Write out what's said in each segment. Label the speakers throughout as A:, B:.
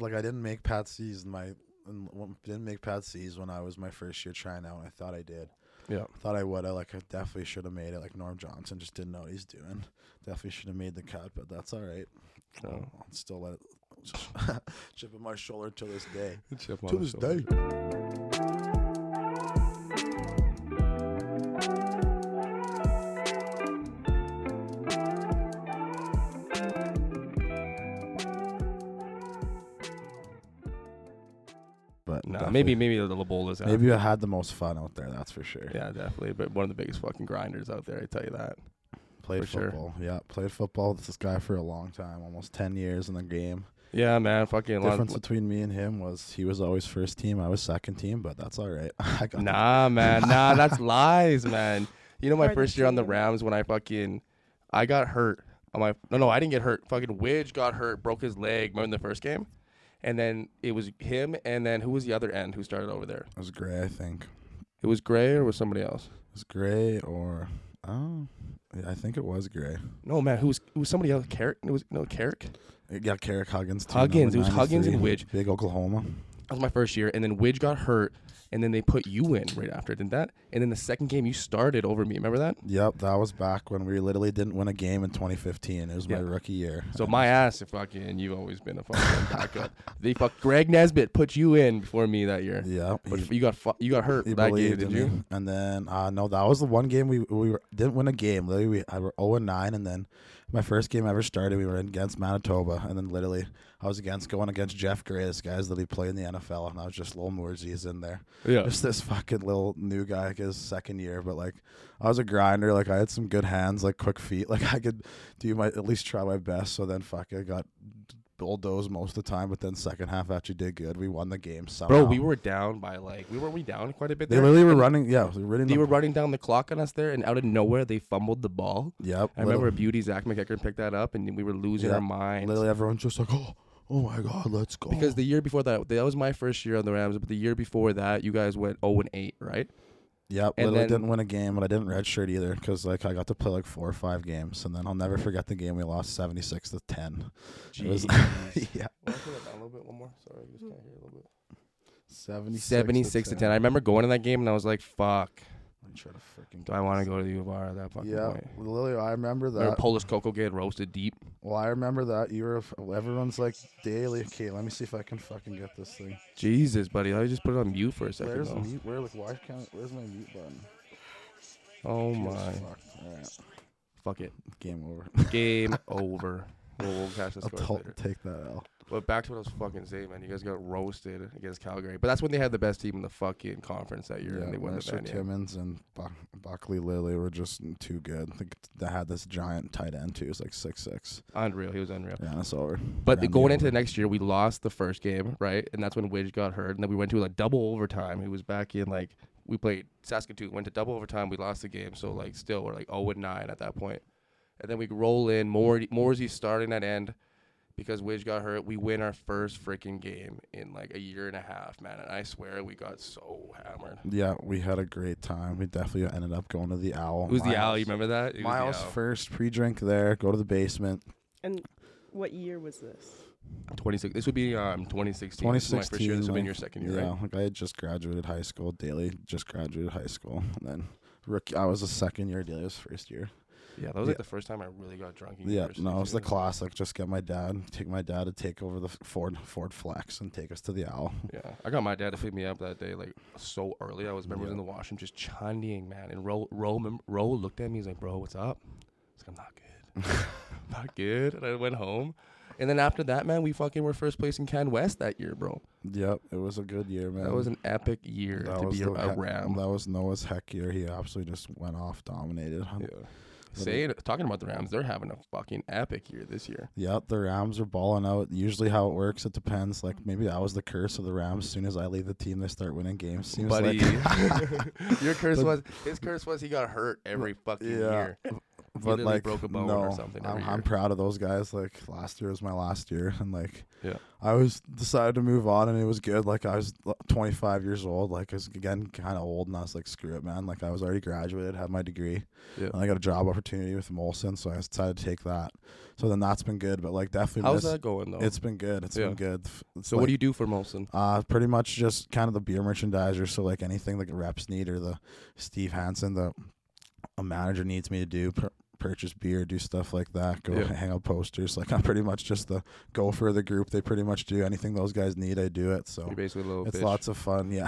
A: like I didn't make Patsy's in my in- w- didn't make Patsy's when I was my first year trying out. and I thought I did.
B: Yeah.
A: Thought I would. I like I definitely should have made it. Like Norm Johnson just didn't know what he's doing. Definitely should have made the cut, but that's all right.
B: Oh.
A: I'll still let it chip in my shoulder to this day.
B: Chip on
A: To
B: the
A: this
B: shoulder.
A: day. But
B: Nah,
A: definitely-
B: maybe maybe the Lobola's out.
A: maybe I had the most fun out there. That's for sure.
B: Yeah, definitely. But one of the biggest fucking grinders out there, I tell you that.
A: Played
B: for sure.
A: football. Yeah, played football with this guy for a long time, almost ten years in the game.
B: Yeah, man. Fucking a lot of-
A: difference between me and him was he was always first team, I was second team, but that's all right. I got
B: Nah, man. Nah, that's lies, man. You know, my
C: Or the
B: first year on the
C: team.
B: Rams when I fucking I got hurt. On my no, no, I didn't get hurt. Fucking Widge got hurt, broke his leg. Remember in the first game? And then it was him, and then who was the other end who started over there?
A: It was gray, I think.
B: It was Gray or was somebody else?
A: It was gray or oh, yeah, I think it was gray.
B: No, man, who was who was somebody else? Carrick? It was no Carrick.
A: It got Carrick Huggins. Too,
B: Huggins,
A: number
B: it was Huggins and
A: 93, Big Oklahoma.
B: That was my first year, and then Widge got hurt, and then they put you in right after, didn't that? And then the second game you started over me. Remember that?
A: Yep, that was back when we literally didn't win a game in 2015. It was my
B: Yeah.
A: rookie year.
B: So my ass, if fucking you've always been a fucking backup. they fuck Greg Nesbitt put you in before me that year.
A: yeah,
B: But
A: he-
B: you got fu- you got hurt
A: He
B: that game,
A: believed
B: did
A: in me.
B: you?
A: And then uh, no, that was the one game we we were, didn't win a game. Literally, we I were zero and nine, and then my first game ever started. We were in against Manitoba, and then literally I was against going against Jeff Gray. This guy's literally playing in the NFL, and I was just little Moorsey's in there,
B: Yeah.
A: just this fucking little new guy, like his second year. But like I was a grinder. Like I had some good hands, like quick feet. Like I could do my at least try my best. So then fuck, I got bulldozed most of the time, but then second half actually did good. We won the game somehow.
B: Bro, we were down by like we were we down quite a bit
A: They
B: there.
A: literally were running, yeah. They
B: They were running down the clock on us there, and out of nowhere they fumbled the ball.
A: Yep.
B: I remember Beauty Zach McEachern picked that up, and we were losing
A: Yeah.
B: our minds.
A: literally everyone's just like, oh, oh my god, let's go.
B: Because the year before that, that was my first year on the Rams. But the year before that, you guys went zero and eight, right?
A: yep,
B: and
A: literally
B: then-
A: didn't win a game, but I didn't redshirt either because like I got to play like four or five games, and then I'll never forget the game we lost seventy six to ten. It was-
B: Jeez.
A: yeah,
B: Wanna turn that down a little bit, one more. Sorry, I just can't hear a little bit.
A: seventy
B: 76 to 10. I remember going to that game and I was like, fuck,
A: I'm trying to freaking.
B: do I want to go to the U of R at that fucking
A: Yeah,
B: point?
A: literally, I remember
B: Remember
A: that.
B: Polish Coco get roasted deep?
A: well, I remember that you were. Everyone's like daily. Okay, let me see if I can fucking get this thing.
B: Jesus, buddy. I just put it on mute for a second.
A: Where's the
B: though.
A: mute? Where like why can't? Where's my mute button?
B: Oh
A: Jesus
B: my.
A: fuck. All right,
B: Fuck it.
A: game over.
B: Game over. We'll, we'll catch the
A: I'll
B: scores
A: t-
B: later.
A: take that L.
B: But back to what I was fucking saying, man. You guys got roasted against Calgary. But that's when they had the best team in the fucking conference that year and they won the
A: Mercer
B: Vanier.
A: Timmons and Buck- Buckley Lilly were just too good. Like, they had this giant tight end too. It's like six six.
B: Unreal. He was unreal.
A: Ran us over.
B: But the,
A: Ran me
B: going into
A: over.
B: the next year, we lost the first game, right? And that's when Widge got hurt. And then we went to like double overtime. It was back in like we played Saskatoon, went to double overtime, we lost the game. So like still we're like 0 and 9 at that point. And then we roll in Mor- Morsey starting at end because Widge got hurt. We win our first freaking game in like a year and a half, man. And I swear we got so hammered.
A: yeah, we had a great time. We definitely ended up going to the Owl.
B: It was the
A: Miles-
B: owl. You remember that? It was the
A: Miles
B: Owl.
A: first pre-drink there. Go to the basement.
C: And what year was this?
B: 26. This would be um 2016. This is my first year.
A: 2016,
B: This would be
A: like,
B: your second year,
A: yeah,
B: right?
A: like I had just graduated high school. Daily just graduated high school, and then rookie. I was a second year. Daily was first year.
B: Yeah, that was
A: Yeah.
B: like the first time I really got drunk. in
A: Yeah,
B: university,
A: no, it was the
B: too.
A: classic. Just get my dad, take my dad to take over the Ford Ford Flex and take us to the Owl.
B: Yeah, I got my dad to pick me up that day, like so early. I was remember I was
A: Yeah.
B: in the washroom just chundying, man. And Ro, Ro, mem- Ro looked at me. He's like, "Bro, what's up?" I was like, "I'm not good, I'm not good." And I went home. And then after that, man, we fucking were first place in Can West that year, bro.
A: Yep, it was a good year, man.
B: That was an epic year
A: That
B: to
A: was
B: be
A: the
B: a
A: he-
B: Ram.
A: That was Noah's heck year. He absolutely just went off, dominated.
B: yeah.
A: Yep,
B: Saying talking about the Rams, they're having a fucking epic year this year.
A: the Rams are balling out. Usually, how it works, it depends. Like maybe that was the curse of the Rams. As soon as I leave the team, they start winning games. Seems
B: Buddy,
A: like
B: your curse
A: The-
B: was his curse was he got hurt every fucking
A: yeah.
B: year.
A: but
B: literally
A: like
B: broke a bone
A: no,
B: or something every
A: I'm, I'm
B: year.
A: proud of those guys. Like last year was my last year, and like
B: Yeah.
A: I was decided to move on, and it was good. Like I was l- 25 years old, like I was again kind of old, and I was like, screw it, man. Like I was already graduated, had my degree,
B: Yeah.
A: and I got a job opportunity with Molson, so I decided to take that. So then that's been good, but like definitely
B: How's
A: miss-
B: that going though?
A: It's been good. It's
B: Yeah.
A: been good. F- It's
B: so what do you do for Molson?
A: Uh, pretty much just kind of the beer merchandiser. So like anything like reps need or the Steve Hansen, the a manager needs me to do pur- purchase beer, do stuff like that. Go
B: Yeah.
A: hang out posters. Like I'm pretty much just the go for the group. They pretty much do anything those guys need. I do it. So
B: You're basically a little
A: Oh, it's
B: bitch.
A: lots of fun. Yeah.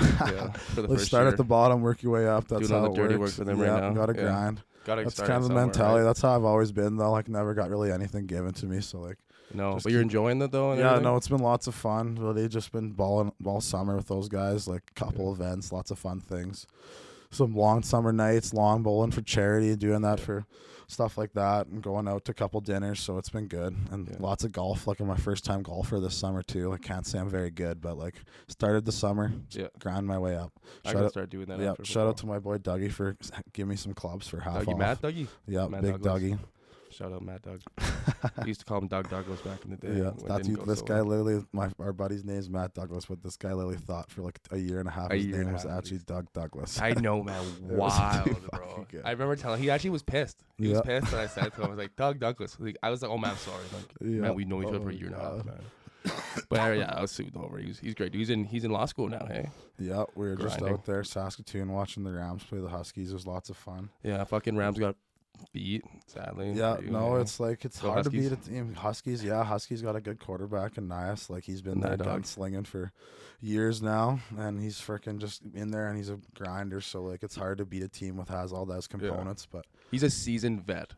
B: yeah, for the
A: Let's
B: first
A: start
B: year.
A: at the bottom, work your way up. That's
B: Doing all
A: how
B: the
A: it
B: dirty work
A: works.
B: for them right
A: Yeah,
B: now.
A: Gotta
B: Yeah.
A: grind.
B: Gotta
A: That's
B: start
A: kind of the
B: somewhere, right?
A: mentality. That's how I've always been though. Like never got really anything given to me. So like.
B: No,
A: Just
B: but you're
A: keep-
B: enjoying it though. And
A: Yeah,
B: everything?
A: no, it's been lots of fun. Well, they've just been balling all summer with those guys, like couple events, lots of fun things. Some long summer nights, long bowling for charity, doing that for stuff like that, and going out to a couple dinners. So it's been good, and
B: Yeah.
A: lots of golf. Like I'm my first time golfer this summer too. I can't say I'm very good, but like started the summer,
B: Yeah.
A: grind my way up.
B: I
A: shout
B: gotta
A: out,
B: start doing that.
A: yeah,
B: after
A: shout out to
B: football.
A: my boy Dougie for giving me some clubs for half
B: Dougie
A: off.
B: Matt Dougie.
A: yeah,
B: Matt
A: big
B: Douglas.
A: Dougie.
B: Shout out Matt Doug. we used to call him Doug Douglas back in the day.
A: Yeah,
B: when it
A: that's
B: didn't
A: you,
B: go
A: this
B: so
A: guy
B: well.
A: literally. My our buddy's name's Matt Douglas, but this guy literally thought for like a year and a half
B: A
A: his
B: year and
A: name
B: a
A: was
B: half at
A: actually
B: least.
A: Doug Douglas.
B: I know, man.
A: was too
B: Wild,
A: fucking
B: bro.
A: good.
B: I remember telling he actually was pissed. He was
A: Yeah.
B: pissed, and I said to him, I was like, Doug Douglas. Like, I was like, oh man, I'm sorry. Like,
A: yeah,
B: man, we know each other
A: Oh
B: for a
A: my
B: year and a
A: God.
B: half, man. But uh, yeah, I was soothed over. He's he's great. dude. He's in he's in law school now. Hey,
A: yeah, we were just
B: Grinding.
A: out there Saskatoon watching the Rams play the Huskies. It was lots of fun.
B: yeah, fucking Rams got beat sadly.
A: Yeah,
B: for you,
A: no,
B: hey.
A: it's like it's
B: Go
A: hard
B: Huskies.
A: to beat a team. Huskies, yeah, Huskies got a good quarterback in Nias. Like he's been
B: Nah,
A: there
B: dog.
A: gunslinging for years now, and he's freaking just in there, and he's a grinder. So like it's hard to beat a team with has all those components, but.
B: he's a seasoned vet.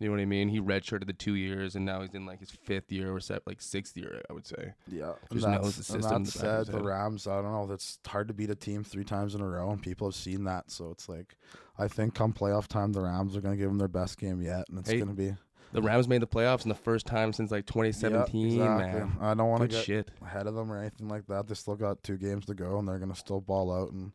B: You know what I mean? He redshirted the two years, and now he's in like his fifth year or set like sixth year, I would say.
A: Yeah, and
B: Just knows
A: that's,
B: the
A: and that
B: system in the back of his
A: said, the
B: head.
A: Rams. I don't know. It's hard to beat a team three times in a row, and people have seen that. So it's like, I think come playoff time, the Rams are going to give them their best game yet, and it's
B: Hey,
A: going to be
B: The Rams made the playoffs in the first time since like 2017,
A: Yeah, exactly.
B: man.
A: I don't want to
B: Good
A: get
B: shit.
A: ahead of them or anything like that. They still got two games to go, and they're going to still ball out and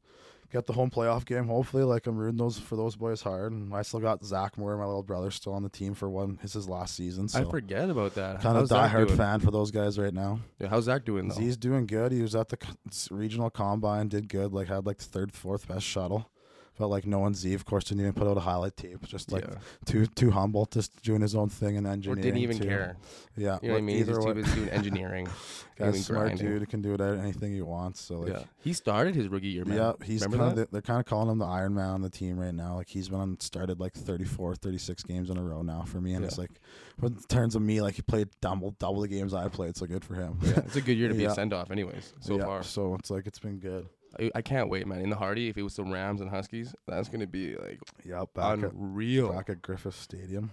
A: get the home playoff game. Hopefully, like I'm rooting those for those boys hard, and I still got Zach Moore, my little brother, still on the team for one. It's his last season,
B: I
A: so
B: forget about that.
A: kind of
B: How's Zach
A: diehard
B: doing?
A: fan for those guys right now.
B: Yeah, how's Zach doing though?
A: He's doing good. He was at the c- s- regional combine, did good. Like had like the third, fourth best shuttle. But like no one Z, of course, didn't even put out a highlight tape. Just like
B: yeah.
A: too too humble, just doing his own thing and
B: or
A: engineering.
B: didn't even
A: too.
B: care.
A: Yeah,
B: You know what I
A: but
B: mean? He's
A: Either
B: just too
A: way,
B: busy doing engineering.
A: guy's
B: doing
A: a smart
B: grinding.
A: dude. He can do it at anything he wants. So like,
B: yeah, he started his rookie year, man.
A: yeah, he's
B: Remember
A: kind of
B: that?
A: the, they're kind of calling him the Iron Man on the team right now. Like he's been on started like 34, 36 games in a row now for me, and
B: Yeah.
A: it's like, but in terms of me, like he played double double the games I played. So good for him.
B: Yeah, it's a good year to be
A: Yeah.
B: a send off, anyways. So
A: Yeah,
B: far,
A: so it's like it's been good.
B: I, I can't wait, man. In the Hardy, if it was the Rams and Huskies, that's gonna be like
A: Yeah, back at-
B: unreal.
A: Back at Griffith Stadium.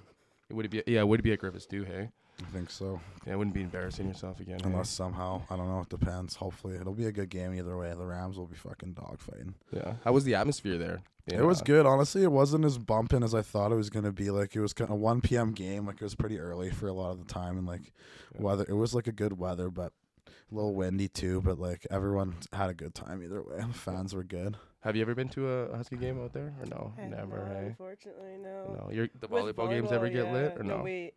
B: It would be, yeah, it would be at Griffiths too. Hey,
A: I think so.
B: yeah, it wouldn't be embarrassing yourself again. hey?
A: Unless somehow, I don't know, it depends. Hopefully, it'll be a good game either way. The Rams will be fucking dogfighting.
B: yeah, how was the atmosphere there?
A: It was
B: Yeah. uh,
A: good, honestly. It wasn't as bumping as I thought it was going to be. Like, it was kind of 1 p.m. game. Like, it was pretty early for a lot of the time. And, like,
B: Yeah.
A: weather, it was like a good weather, but a little windy too. But, like, everyone had a good time either way. Fans were good.
B: Have you ever been to a Husky game out there or no?
C: I
B: Never.
C: know,
B: Hey,
C: Unfortunately, no.
B: no. Your the
C: With
B: volleyball, games ever
C: volleyball,
B: get lit
C: yeah.
B: or no?
C: wait.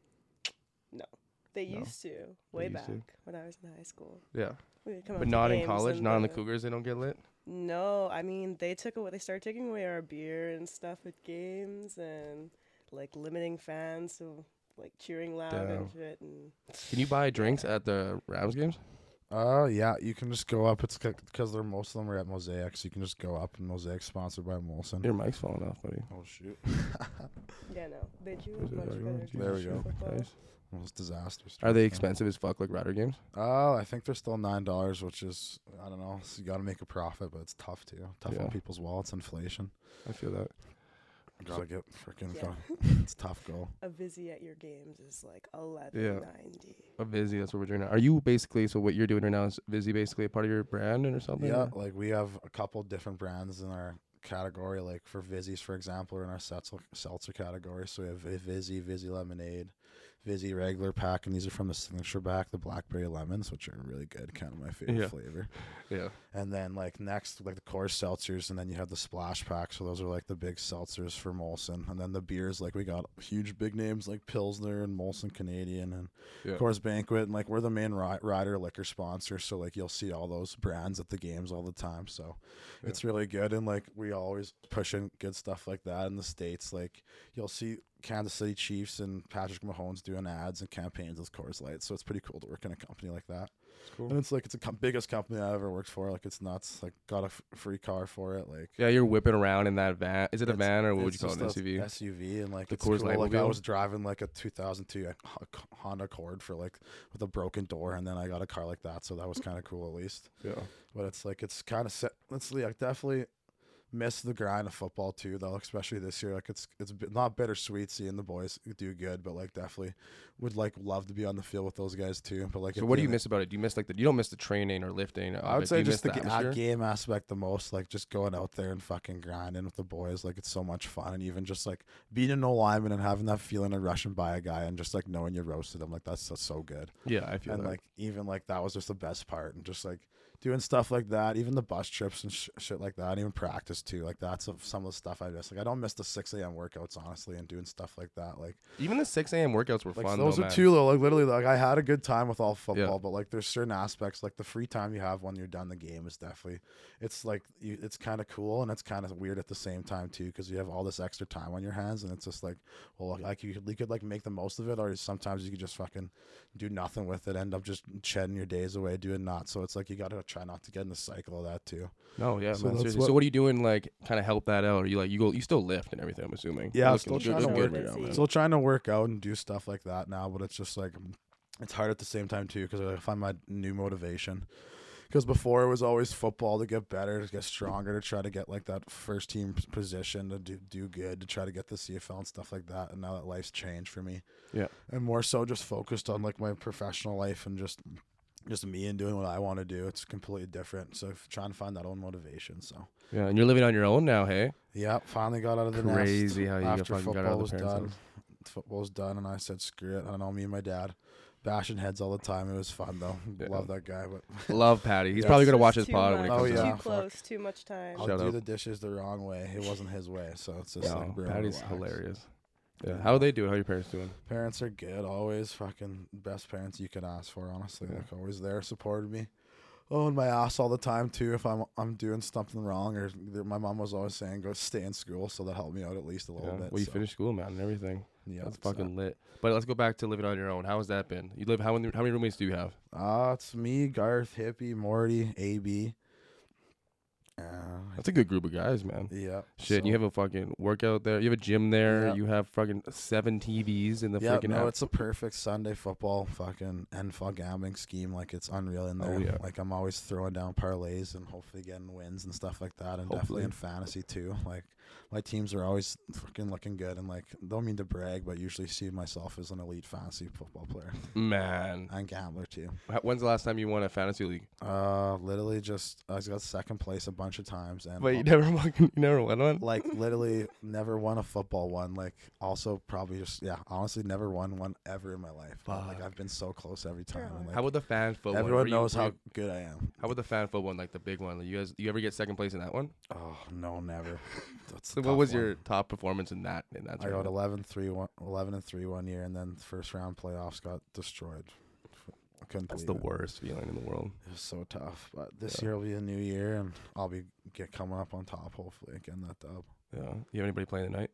C: No. They
B: No.
C: used to way
B: used
C: back
B: to.
C: when I was in high school.
B: yeah,
C: We would come out
B: but
C: to
B: not in
C: games
B: college,
C: and
B: not in the Cougars. They don't get lit.
C: No, I mean they took away. They started taking away our beer and stuff at games and like limiting fans to like cheering loud and
B: Damn.
C: shit. And
B: Can you buy drinks at the Rams games?
A: Uh, yeah, you can just go up. It's because they're most of them are at Mosaic, so you can just go up. And Mosaic's sponsored by Molson.
B: Your mic's falling off, buddy.
A: Oh, shoot.
C: yeah, no, they do
B: Is it
C: much
B: like- oh,
C: better.
A: There we
C: drinks for
A: go.
C: football.
B: Nice.
A: Almost disastrous.
B: Are they expensive as fuck like Rider games?
A: Oh, I think they're still nine dollars, which is I don't know. So you got to make a profit, but it's tough too. Tough
B: Yeah.
A: on people's wallets, inflation.
B: I feel that.
A: Gotta get freaking.
C: Yeah.
A: go It's a tough goal.
C: A busy at your games is like eleven
B: Yeah.
C: ninety.
B: A Vizzy, that's what we're doing now. Are you basically so what you're doing right now is Vizzy basically a part of your brand and or something?
A: Yeah,
B: or-
A: like we have a couple different brands in our category. Like for Vizzies, for example, are in our seltzer, seltzer category. So we have Vi- Vizzy, Vizzy Lemonade, Vizzy regular pack, and these are from the signature pack, the blackberry lemons, which are really good, kind of my favorite
B: Yeah.
A: flavor.
B: Yeah.
A: And then like next, like the core seltzers, and then you have the splash pack. So those are like the big seltzers for Molson, and then the beers, like we got huge big names like Pilsner and Molson Canadian, and
B: Yeah.
A: of course Banquet, and like we're the main ri- rider liquor sponsor. So like you'll see all those brands at the games all the time. So
B: Yeah.
A: it's really good, and like we always pushing good stuff like that in the states. Like you'll see Kansas City Chiefs and Patrick Mahomes doing ads and campaigns with Coors Light. So it's pretty cool to work in a company like that.
B: It's cool.
A: And it's like it's the com- biggest company I ever worked for. Like it's nuts. Like got a f- free car for it. Like
B: Yeah, you're whipping around in that van. Is it a
A: It's-
B: van or what would you
A: it's
B: call it? An
A: just a
B: SUV?
A: SUV and like
B: The
A: it's
B: Coors
A: cool.
B: Light
A: Like I
B: mobile?
A: was driving like a 2002 uh, H- H- Honda Accord for like with a broken door, and then I got a car like that. So that was kind of cool at least.
B: yeah.
A: But it's like it's kind of set. It's like definitely miss the grind of football too though especially this year like it's it's bi- not bittersweet seeing the boys do good but like definitely would like love to be on the field with those guys too but like
B: So
A: at the
B: what do you
A: end of-
B: miss about it? Do you miss like the you don't miss the training or lifting? of
A: I
B: it.
A: would
B: Do
A: say
B: you
A: just the,
B: miss
A: ga- at
B: atmosphere?
A: game aspect the most, like just going out there and fucking grinding with the boys. Like it's so much fun, and even just like being an lineman and having that feeling of rushing by a guy and just like knowing you roasted him, like that's, that's so good.
B: Yeah, I feel
A: and
B: that.
A: like even like that was just the best part, and just like doing stuff like that, even the bus trips and sh- shit like that, and even practice too. Like that's of some of the stuff I miss. Like I don't miss the six a.m. workouts honestly, and doing stuff like that. Like
B: even the six a.m. workouts were
A: like
B: fun.
A: those
B: though,
A: are
B: man.
A: two though. Like literally, like I had a good time with all football, but like there's certain aspects, like the free time you have when you're done the game is definitely, it's like you, it's kind of cool and it's kind of weird at the same time too because you have all this extra time on your hands and it's just like, well, like, you, could, you could like make the most of it, or sometimes you could just fucking do nothing with it, end up just shedding your days away doing not. So it's like you gotta try not to get in the cycle of that too.
B: No, yeah,
A: So
B: man.
A: that's
B: seriously.
A: what-
B: so what are you doing? Like, kind of help that out? Are you like you go? You still lift and everything? I'm assuming.
A: Yeah,
B: You're
A: still
B: looking- you're
A: trying to
B: looking
C: work
B: good
C: it.
B: man.
A: Still trying to work out and do stuff like that now, but it's just like it's hard at the same time too because I find my new motivation. Because before it was always football to get better, to get stronger, to try to get like that first team p- position, to do, do good, to try to get the CFL and stuff like that. And now that life's changed for me,
B: Yeah.
A: and more so just focused on like my professional life and just just me and doing what I want to do. It's completely different. So if- trying to find that own motivation. So
B: yeah, and you're living on your own now, hey?
A: yeah, finally got out of the nest
B: Crazy how you got
A: after
B: fucking got out
A: football
B: of the
A: was
B: parents'
A: done,
B: house.
A: football was done, and I said, "Screw it!" I don't know me and my dad bashing heads all the time. It was fun though.
B: Yeah.
A: Love that guy, but
B: Love Patty. He's
A: Yeah,
B: probably
A: it's
B: gonna watch his
C: It's too
B: pod when
C: much,
B: it
A: Oh,
B: comes
A: yeah.
B: out.
C: Too
A: Fuck.
C: close, too much time.
A: I'll
B: Shut
A: do
B: up.
A: the dishes the wrong way. It wasn't his way, so it's just
B: Wow,
A: like, bro,
B: Patty's
A: relax.
B: hilarious. Yeah.
A: Yeah.
B: How are they doing? How are your parents doing?
A: Parents are good, always fucking best parents you could ask for. Honestly,
B: Yeah.
A: like always there, supported me. Oh, and my ass all the time too. If I'm I'm doing something wrong, or my mom was always saying, "Go stay in school," so that helped me out at least a
B: Yeah.
A: little bit.
B: well, you
A: so,
B: finished school, man, and everything.
A: Yeah,
B: That's
A: so.
B: fucking lit. But let's go back to living on your own. How has that been? You live how many how many roommates do you have?
A: Uh, it's me, Garth, Hippie, Morty, AB. Uh,
B: That's a good group of guys, man.
A: yeah.
B: Shit, and you have a fucking workout there. You have a gym there.
A: Yeah.
B: You have fucking seven TVs in the
A: yeah,
B: freaking
A: no,
B: house.
A: it's a perfect Sunday football fucking NFL gambling scheme. Like it's unreal in
B: Oh,
A: there.
B: yeah.
A: Like I'm always throwing down parlays and hopefully getting wins and stuff like that. And
B: Hopefully.
A: definitely in fantasy too. Like my teams are always fucking looking good. And like don't mean to brag, but usually see myself as an elite fantasy football player
B: Man,
A: and gambler too.
B: Wh- when's the last time you won a fantasy league?
A: Uh, literally just I got second place a bunch of times and
B: But
A: I'll-
B: you never fucking you never won one.
A: like literally never won a football one. Like also probably just yeah, honestly never won one ever in my life. But, Like
B: Fuck.
A: I've been so close every time. and,
C: How
A: like,
B: How about the fan football?
A: everyone knows how good I am.
B: How about the fan football one, like the big one? You guys, you ever get second place in that one?
A: Oh no, never. That's a
B: So
A: tough
B: what was
A: one.
B: your top performance in that? In that
A: I got
B: tournament?
A: 11, 3, one, 11 and three one year, and then first round playoffs got destroyed. I couldn't
B: That's the
A: believe it.
B: worst feeling in the world.
A: It was so tough. But this
B: Yeah.
A: year will be a new year, and I'll be get coming up on top. Hopefully, getting that dub.
B: Yeah. You have anybody playing tonight?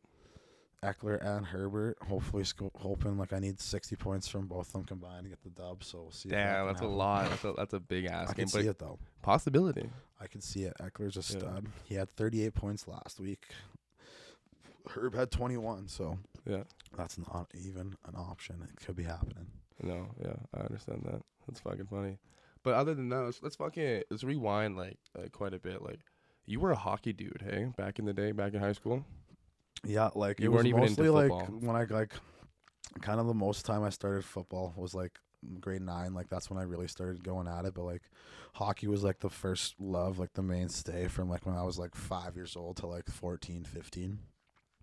A: Eckler and Herbert. Hopefully, sco- hoping like I need sixty points from both of them combined to get the dub. So we'll see. if that
B: Damn,
A: can
B: that's a
A: happen.
B: lot. That's a that's a big
A: I
B: ass
A: can
B: game, but
A: see it though.
B: possibility.
A: I can see it. Eckler's a
B: Yeah.
A: stud. He had thirty eight points last week. Herb had twenty one. So
B: Yeah.
A: that's not even an option. It could be happening.
B: No, yeah, I understand that. That's fucking funny. But other than that, let's, let's fucking let's rewind like uh, quite a bit. Like, you were a hockey dude, hey, back in the day, back in high school.
A: Yeah, like
B: You
A: it was
B: weren't even into
A: mostly like
B: football.
A: when I like kind of the most time I started football was like grade nine. Like that's when I really started going at it. But like hockey was like the first love, like the mainstay from like when I was like five years old to like 14, 15.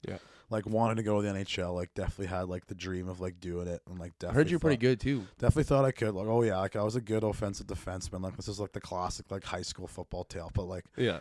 B: Yeah.
A: like wanted to go to the NHL. Like definitely had like the dream of like doing it, and like
B: I
A: definitely
B: heard you're pretty
A: thought-
B: good too.
A: Definitely thought I could. Like, oh yeah, like I was a good offensive defenseman. Like this is like the classic like high school football tale, but like,
B: Yeah.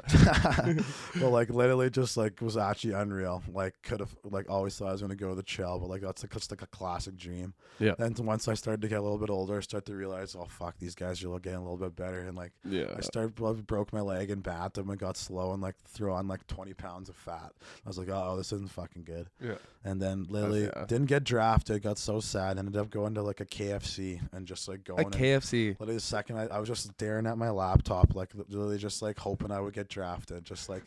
A: but like literally just like was actually unreal. Like could have like always thought I was gonna go to the chill, but like that's like just like a classic dream.
B: Yeah.
A: Then once I started to get a little bit older, I started to realize, oh fuck, these guys are getting a little bit better, and like
B: Yeah.
A: I started bro- broke my leg and backed them and got slow and like threw on like twenty pounds of fat. I was like, oh, this isn't fucking good.
B: Yeah.
A: And then literally
B: yeah.
A: didn't get drafted. Got so sad. Ended up going to like a KFC and just like going.
B: A
A: and-
B: KFC.
A: Literally the second I, I was just staring at my laptop, like literally just like hoping I would get drafted, just like,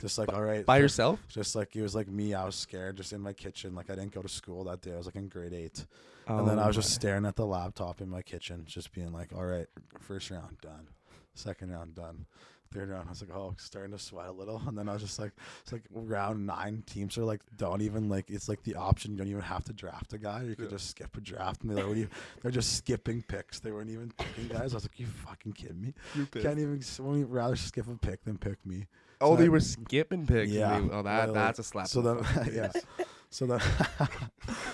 A: just like all right,
B: By
A: for-
B: yourself?
A: Just like it was like me, I was scared, just in my kitchen. Like I didn't go to school that day. I was like in grade eight, and
B: Oh
A: then I was just staring at the laptop in my kitchen, just being like, all right, first round done, second round done. Third round, I was like, oh, starting to sweat a little, and then I was just like, it's like round nine teams are like, don't even like, it's like the option, you don't even have to draft a guy, you could
B: Yeah.
A: just skip a draft, and they're like, what do you, they're just skipping picks, they weren't even picking guys. I was like, you fucking kidding me? Can't even, someone would rather skip a pick than pick me.
B: Oh, they
A: that-
B: were skipping picks.
A: Yeah,
B: Yeah. Oh, that,
A: literally.
B: that's a slap.
A: So
B: in the
A: then,
B: fucking
A: yeah.
B: face.
A: So then,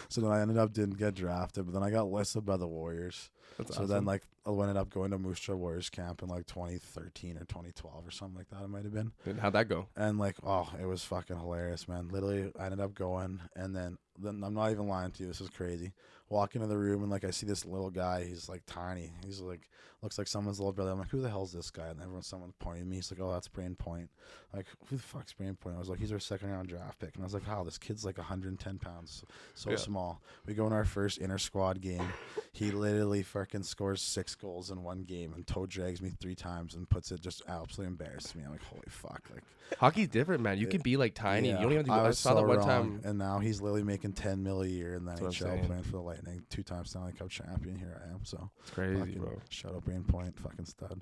A: so then I ended up didn't get drafted, but then I got listed by the Warriors.
B: That's
A: so
B: awesome.
A: then, like, I ended up going to Moose Jaw Warriors camp in like 2013 or 2012 or something like that. It might have been,
B: And how'd that go?
A: and like, oh, it was fucking hilarious, man. Literally, I ended up going, and then, then I'm not even lying to you. This is crazy. Walk into the room and like I see this little guy. He's like tiny. He's like looks like someone's little brother. I'm like, who the hell's this guy? And everyone, someone's pointing at me. He's like, oh, that's Brain Point. Like, who the fuck's Brain Point? I was like, he's our second round draft pick. And I was like, wow, this kid's like 110 pounds, so
B: Yeah.
A: small. We go in our first inter squad game. he literally fucking scores six goals in one game and toe drags me three times and puts it just absolutely embarrasses me. I'm like, holy fuck, like.
B: Hockey's different, man. You can be like tiny.
A: Yeah,
B: You don't even have to. I,
A: was
B: saw that
A: so
B: one
A: wrong.
B: time.
A: and now he's literally making ten mil a year in the
B: That's what I'm
A: NHL
B: saying.
A: playing for the Lightning, two times Stanley Cup champion. Here I am, so
B: It's crazy,
A: fucking
B: bro.
A: shout out Brain Point, fucking stud.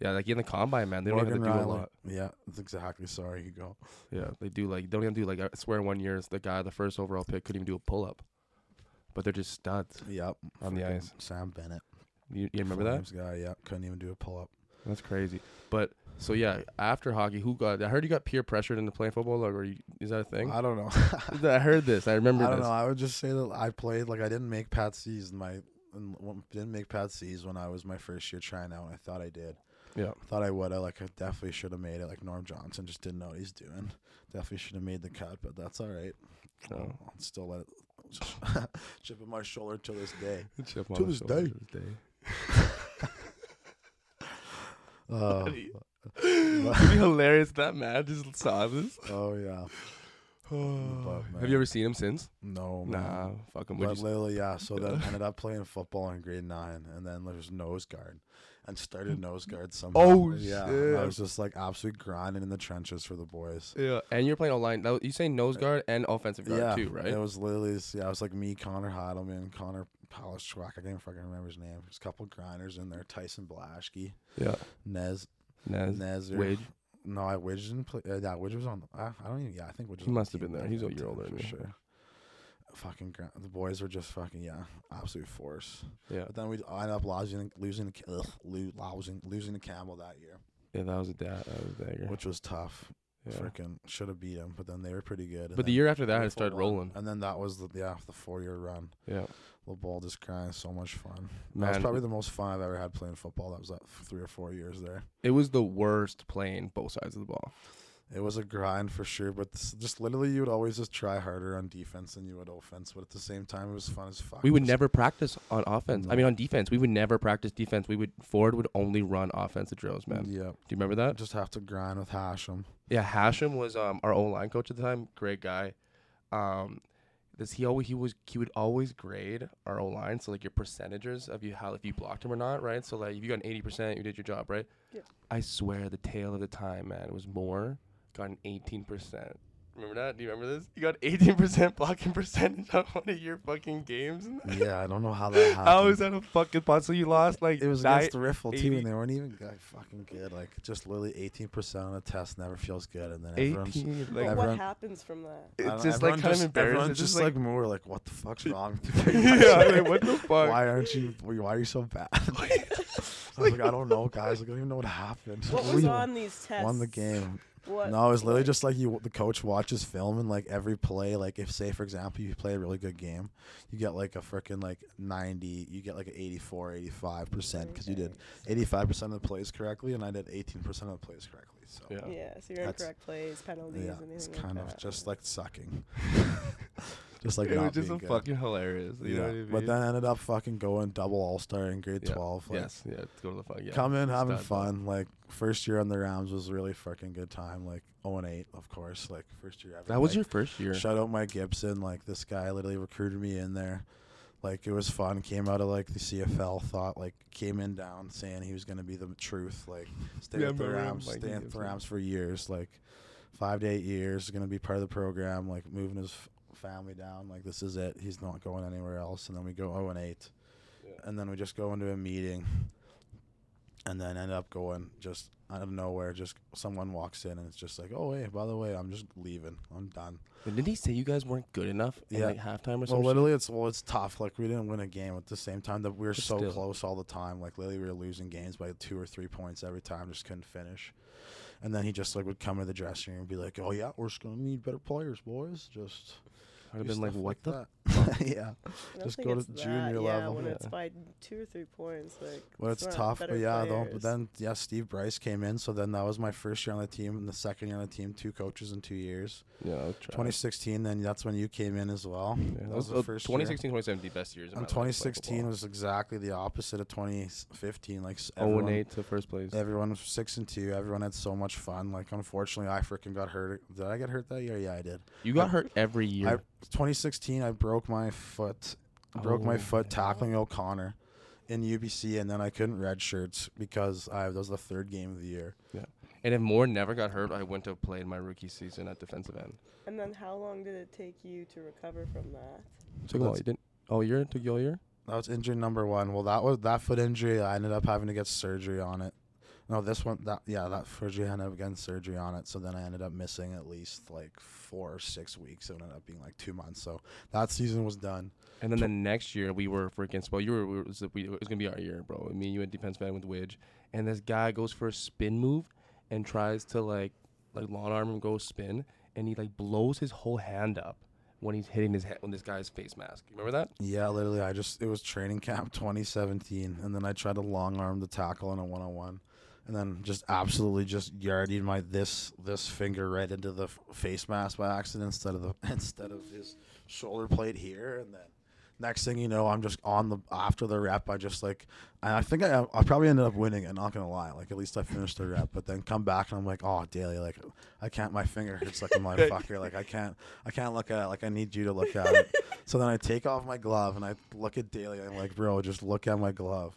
B: Yeah, like in the combine, man, they don't even
A: Morgan
B: have to do a
A: Riley.
B: lot.
A: Yeah, that's exactly. Sorry, you go.
B: Yeah, they do like they don't even do like I swear one year the guy the first overall pick couldn't even do a pull up, but they're just studs.
A: Yep,
B: On the
A: fucking
B: ice.
A: Sam Bennett.
B: You, you remember that?
A: Flames guy? Yeah, couldn't even do a pull up.
B: That's crazy. But so yeah, after hockey, who got? I heard you got peer pressured into playing football. Like, or you, is that a thing?
A: I don't know.
B: I heard this. I remember
A: I don't
B: this.
A: know. I would just say that I played like I didn't make Pat C's in my in- w- didn't make Pat C's when I was my first year trying out. I thought I did.
B: Yeah.
A: I thought I would. I like I definitely should have made it. Like Norm Johnson just didn't know what he's doing. Definitely should have made the cut, but that's all right.
B: No.
A: I'll, I'll still let it chip in my shoulder to this day.
B: Chip on
A: To
B: the
A: this
B: shoulder
A: day.
B: to this day.
A: Uh,
B: It'd be hilarious if that man just saw this.
A: oh yeah. But,
B: Have
A: man,
B: you ever seen him since?
A: No. man.
B: Nah, fuck him. Would
A: But
B: you-
A: literally, yeah. So then ended up playing football in grade nine, and then there was nose guard, and started nose guard somehow.
B: Oh,
A: yeah.
B: shit.
A: I was just like absolutely grinding in the trenches for the boys.
B: Yeah, and you're playing online. Now, You say nose guard and offensive guard
A: Uh, yeah,
B: too, right?
A: It was literally, s- yeah, it was like me, Connor Heidelman, Connor Palashchuk. I can't even fucking remember his name. There's a couple grinders in there. Tyson Blashke,
B: Yeah,
A: Nez,
B: Nez,
A: Nez,
B: Widge.
A: No, I Widge didn't play. Uh, yeah, Widge was on. The, I, I don't even. Yeah, I think Widge. was
B: He
A: on the
B: must have
A: team
B: been there.
A: at
B: He's
A: that
B: a year
A: time
B: older
A: for
B: than me.
A: sure. Fucking gra- the boys were just fucking yeah, absolute force.
B: Yeah,
A: But then we ended up losing, losing, to Ca- ugh, lo- losing, losing to Campbell that year,
B: yeah, that was a da- that was a dagger.
A: which was tough.
B: Yeah.
A: Freaking should have beat him, but then they were pretty good. and
B: But the
A: then
B: year after that,
A: Beautiful
B: it started
A: run.
B: rolling.
A: and then that was the yeah the four year run.
B: Yeah,
A: The ball just crying, so much fun. that was
B: man,
A: probably the most fun I've ever had playing football. That was that three or four years there.
B: it was the worst playing both sides of the ball.
A: It was a grind for sure, but this, just literally, you would always just try harder on defense than you would offense. But at the same time, it was fun as fuck.
B: We would
A: Just-
B: never practice on offense. I
A: No.
B: mean, on defense, we would never practice defense. We would forward would only run offensive drills, man. Do
A: Yeah,
B: you remember that?
A: just have to grind with Hashem.
B: Yeah, Hashem was um, our O line coach at the time. Great guy. Um, this he always he was he would always grade our O line. So like your percentages of you how if you blocked him or not, right? So like if you got an eighty percent, you did your job, right?
C: Yeah.
B: I swear the tail of the time, man, was more got an eighteen percent. Remember that? Do you remember this? You got eighteen percent blocking percentage on one of your fucking games.
A: Yeah, I don't know how that happened.
B: How is that a fucking pot? So you lost like
A: It was
B: nine-
A: against the riffle too,
B: 80.
A: and they weren't even like, fucking good. Like just literally eighteen percent on a test never feels good, and then everyone's.
B: 18.
C: But
B: Like,
A: everyone-
C: what happens from that?
A: I don't-
B: it's just like
A: everyone
B: kind of embarrassing.
A: Everyone's
B: It's
A: just like, more like, what the fuck's wrong? with you
B: yeah,
A: guys?"
B: like, what the fuck?
A: Why aren't you? Why are you so bad? I was like, I don't know, guys. Like, I don't even know what happened.
C: What was
A: We
C: on these tests?
A: Won the game.
C: What?
A: No, it was literally just like you. The coach watches film and like every play. Like if say for example you play a really good game, you get like a freaking like ninety. You get like an 84, 85 percent because you did eighty five percent of the plays correctly, and I did eighteen percent of the plays correctly. So
B: Yeah.
C: Yeah, so your
A: That's-
C: incorrect plays, penalties,
A: yeah,
C: and
A: it's
C: anything
A: kind
C: like
A: of
C: that.
A: just like sucking. just like
B: it
A: not
B: was just
A: being
B: a
A: good.
B: fucking hilarious. You know what I mean?
A: But then ended up fucking going double all star in grade
B: Yeah.
A: twelve. Like,
B: yes, yeah, let's go to the fuck. Yeah,
A: Come in, having
B: Stud.
A: fun. Like first year on the Rams was a really fucking good time. Like 0 and 8, of course. Like first year ever.
B: That was
A: Like,
B: your first year.
A: shout out Mike Gibson. Like this guy literally recruited me in there. Like it was fun. Came out of like the CFL. Thought like came in down saying he was gonna be the truth. Like stay
B: Yeah,
A: with the
B: remember
A: Rams,
B: Mike
A: stay with the
B: Gibson.
A: Rams for years. Like five to eight years. Gonna be part of the program. Like moving his f- family down. Like this is it. He's not going anywhere else. And then we go 0 and 8 and then we just go into a meeting and then end up going just out of nowhere just someone walks in and it's just like oh hey by the way i'm just leaving i'm done
B: But didn't he say you guys weren't good enough in
A: Yeah.
B: like halftime or
A: well
B: something?
A: literally it's well it's tough like we didn't win a game at the same time that we were
B: But
A: so
B: still.
A: close all the time like literally we were losing games by two or three points every time just couldn't finish and then he just like would come to the dressing room and be like oh yeah we're just gonna need better players boys just
B: I'd have
A: do
B: been like,
A: stuff
B: what the?
A: that." yeah
C: I don't
A: just
C: think
A: go to
C: it's that,
A: junior
C: yeah,
A: level.
C: when
B: Yeah.
C: it's by two or three points. Like,
A: Well, it's
C: not
A: tough, but
C: better
A: yeah, though.
C: players.
A: But then, yeah, Steve Bryce came in, so then that was my first year on the team, and the second year on the team, two coaches in two years.
B: Yeah, I'll try.
A: 2016, then that's when you came in as well.
B: Yeah,
A: that was
B: uh,
A: the first. 2016.
B: 2016, 2017 best years.
A: And 2016 was exactly the opposite of 2015. Like s-
B: 0
A: everyone,
B: Oh, to first place.
A: everyone was six and two. Everyone had so much fun. Like unfortunately, I freaking got hurt. Did I get hurt that year? Yeah, I did.
B: You got
A: I-
B: hurt every
A: I
B: year.
A: 2016, I broke my foot. I broke my
B: Oh,
A: foot
B: yeah.
A: tackling O'Connor in UBC, and then I couldn't red shirts because I that was the third game of the year.
B: and if Moore never got hurt, I wouldn't have played my rookie season at defensive end.
C: And then how long did it take you to recover from that?
B: Took all
A: That's-
B: you didn't
A: Oh,
B: all year. Took you all year.
A: That was injury number one. Well, that was that foot injury. I ended up having to get surgery on it. No, this one that yeah that surgery I ended up getting surgery on it. So then I ended up missing at least like four or six weeks. It ended up being like two months. So that season was done.
B: And then the next year we were freaking spell. You were we were- it was, we, it was gonna be our year, bro. Me, you, and defensive end with Widge, and this guy goes for a spin move and tries to like like long arm and go spin, and he like blows his whole hand up when he's hitting his head on this guy's face mask. You remember that?
A: Yeah, literally, I just it was training camp 2017, and then I tried to long arm the tackle in a one on one, and then just absolutely just yardied my this this finger right into the f- face mask by accident instead of the instead of his shoulder plate here, and then next thing you know, I'm just on the after the rep. I just like, and I think I, I probably ended up winning. I'm not gonna lie. Like at least I finished the rep. But then come back and I'm like, oh, daily. Like I can't. My finger hurts like a motherfucker. Like I can't. I can't look at it. Like I need you to look at it. so then I take off my glove and I look at daily. I'm like, bro, just look at my glove.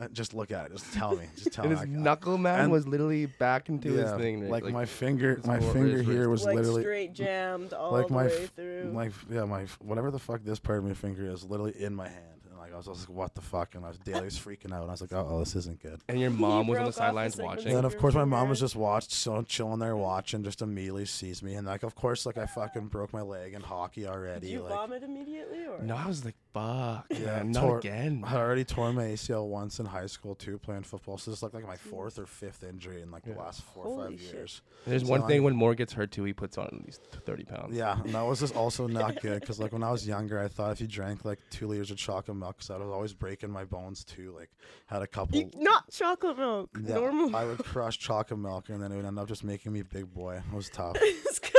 A: Uh, Just look at it. Just tell me. Just tell
B: And
A: me. Like,
B: his knuckle man
A: and-
B: was literally back into his
A: yeah,
B: thing. right?
A: like, my finger,
B: it's
A: my
B: more
A: finger
B: wrist,
A: here
B: wrist.
A: was
C: like
A: literally
C: straight jammed all
A: like
C: the
A: my
C: way
A: f-
C: through.
A: my f- yeah my f- whatever the fuck this part of my finger is literally in my hand and like I was, I was like what the fuck and I was daily was freaking out and I was like uh oh this isn't good
B: and your mom was on the
C: broke off the
B: sidelines
C: segment.
A: and
B: watching.
A: then
C: Like
A: of
C: your
A: course my mom was
C: finger-
A: just watched so chilling there watching just immediately sees me and like of course like I fucking broke my leg in hockey
C: Did
A: already
C: you
A: like
C: vomit immediately or?
B: No, I was like, fuck,
A: Yeah,
B: man, not
A: tore-
B: again.
A: I already tore my ACL once in high school too playing football so this is like, like my fourth or fifth injury in like
B: Yeah.
A: the last four or
C: Holy
A: five
C: shit.
A: years
B: There's
A: So
B: one
A: I-
B: thing when Moore gets hurt too, he puts on at least 30 pounds.
A: Yeah, and that was just also not good because like when I was younger, I thought if you drank like two liters of chocolate milk, 'cause I was always breaking my bones too. Like had a couple.
C: You- not chocolate milk.
A: Yeah,
C: Normal.
A: I would crush chocolate milk, and then it would end up just making me big boy. It was tough.
C: It's 'cause-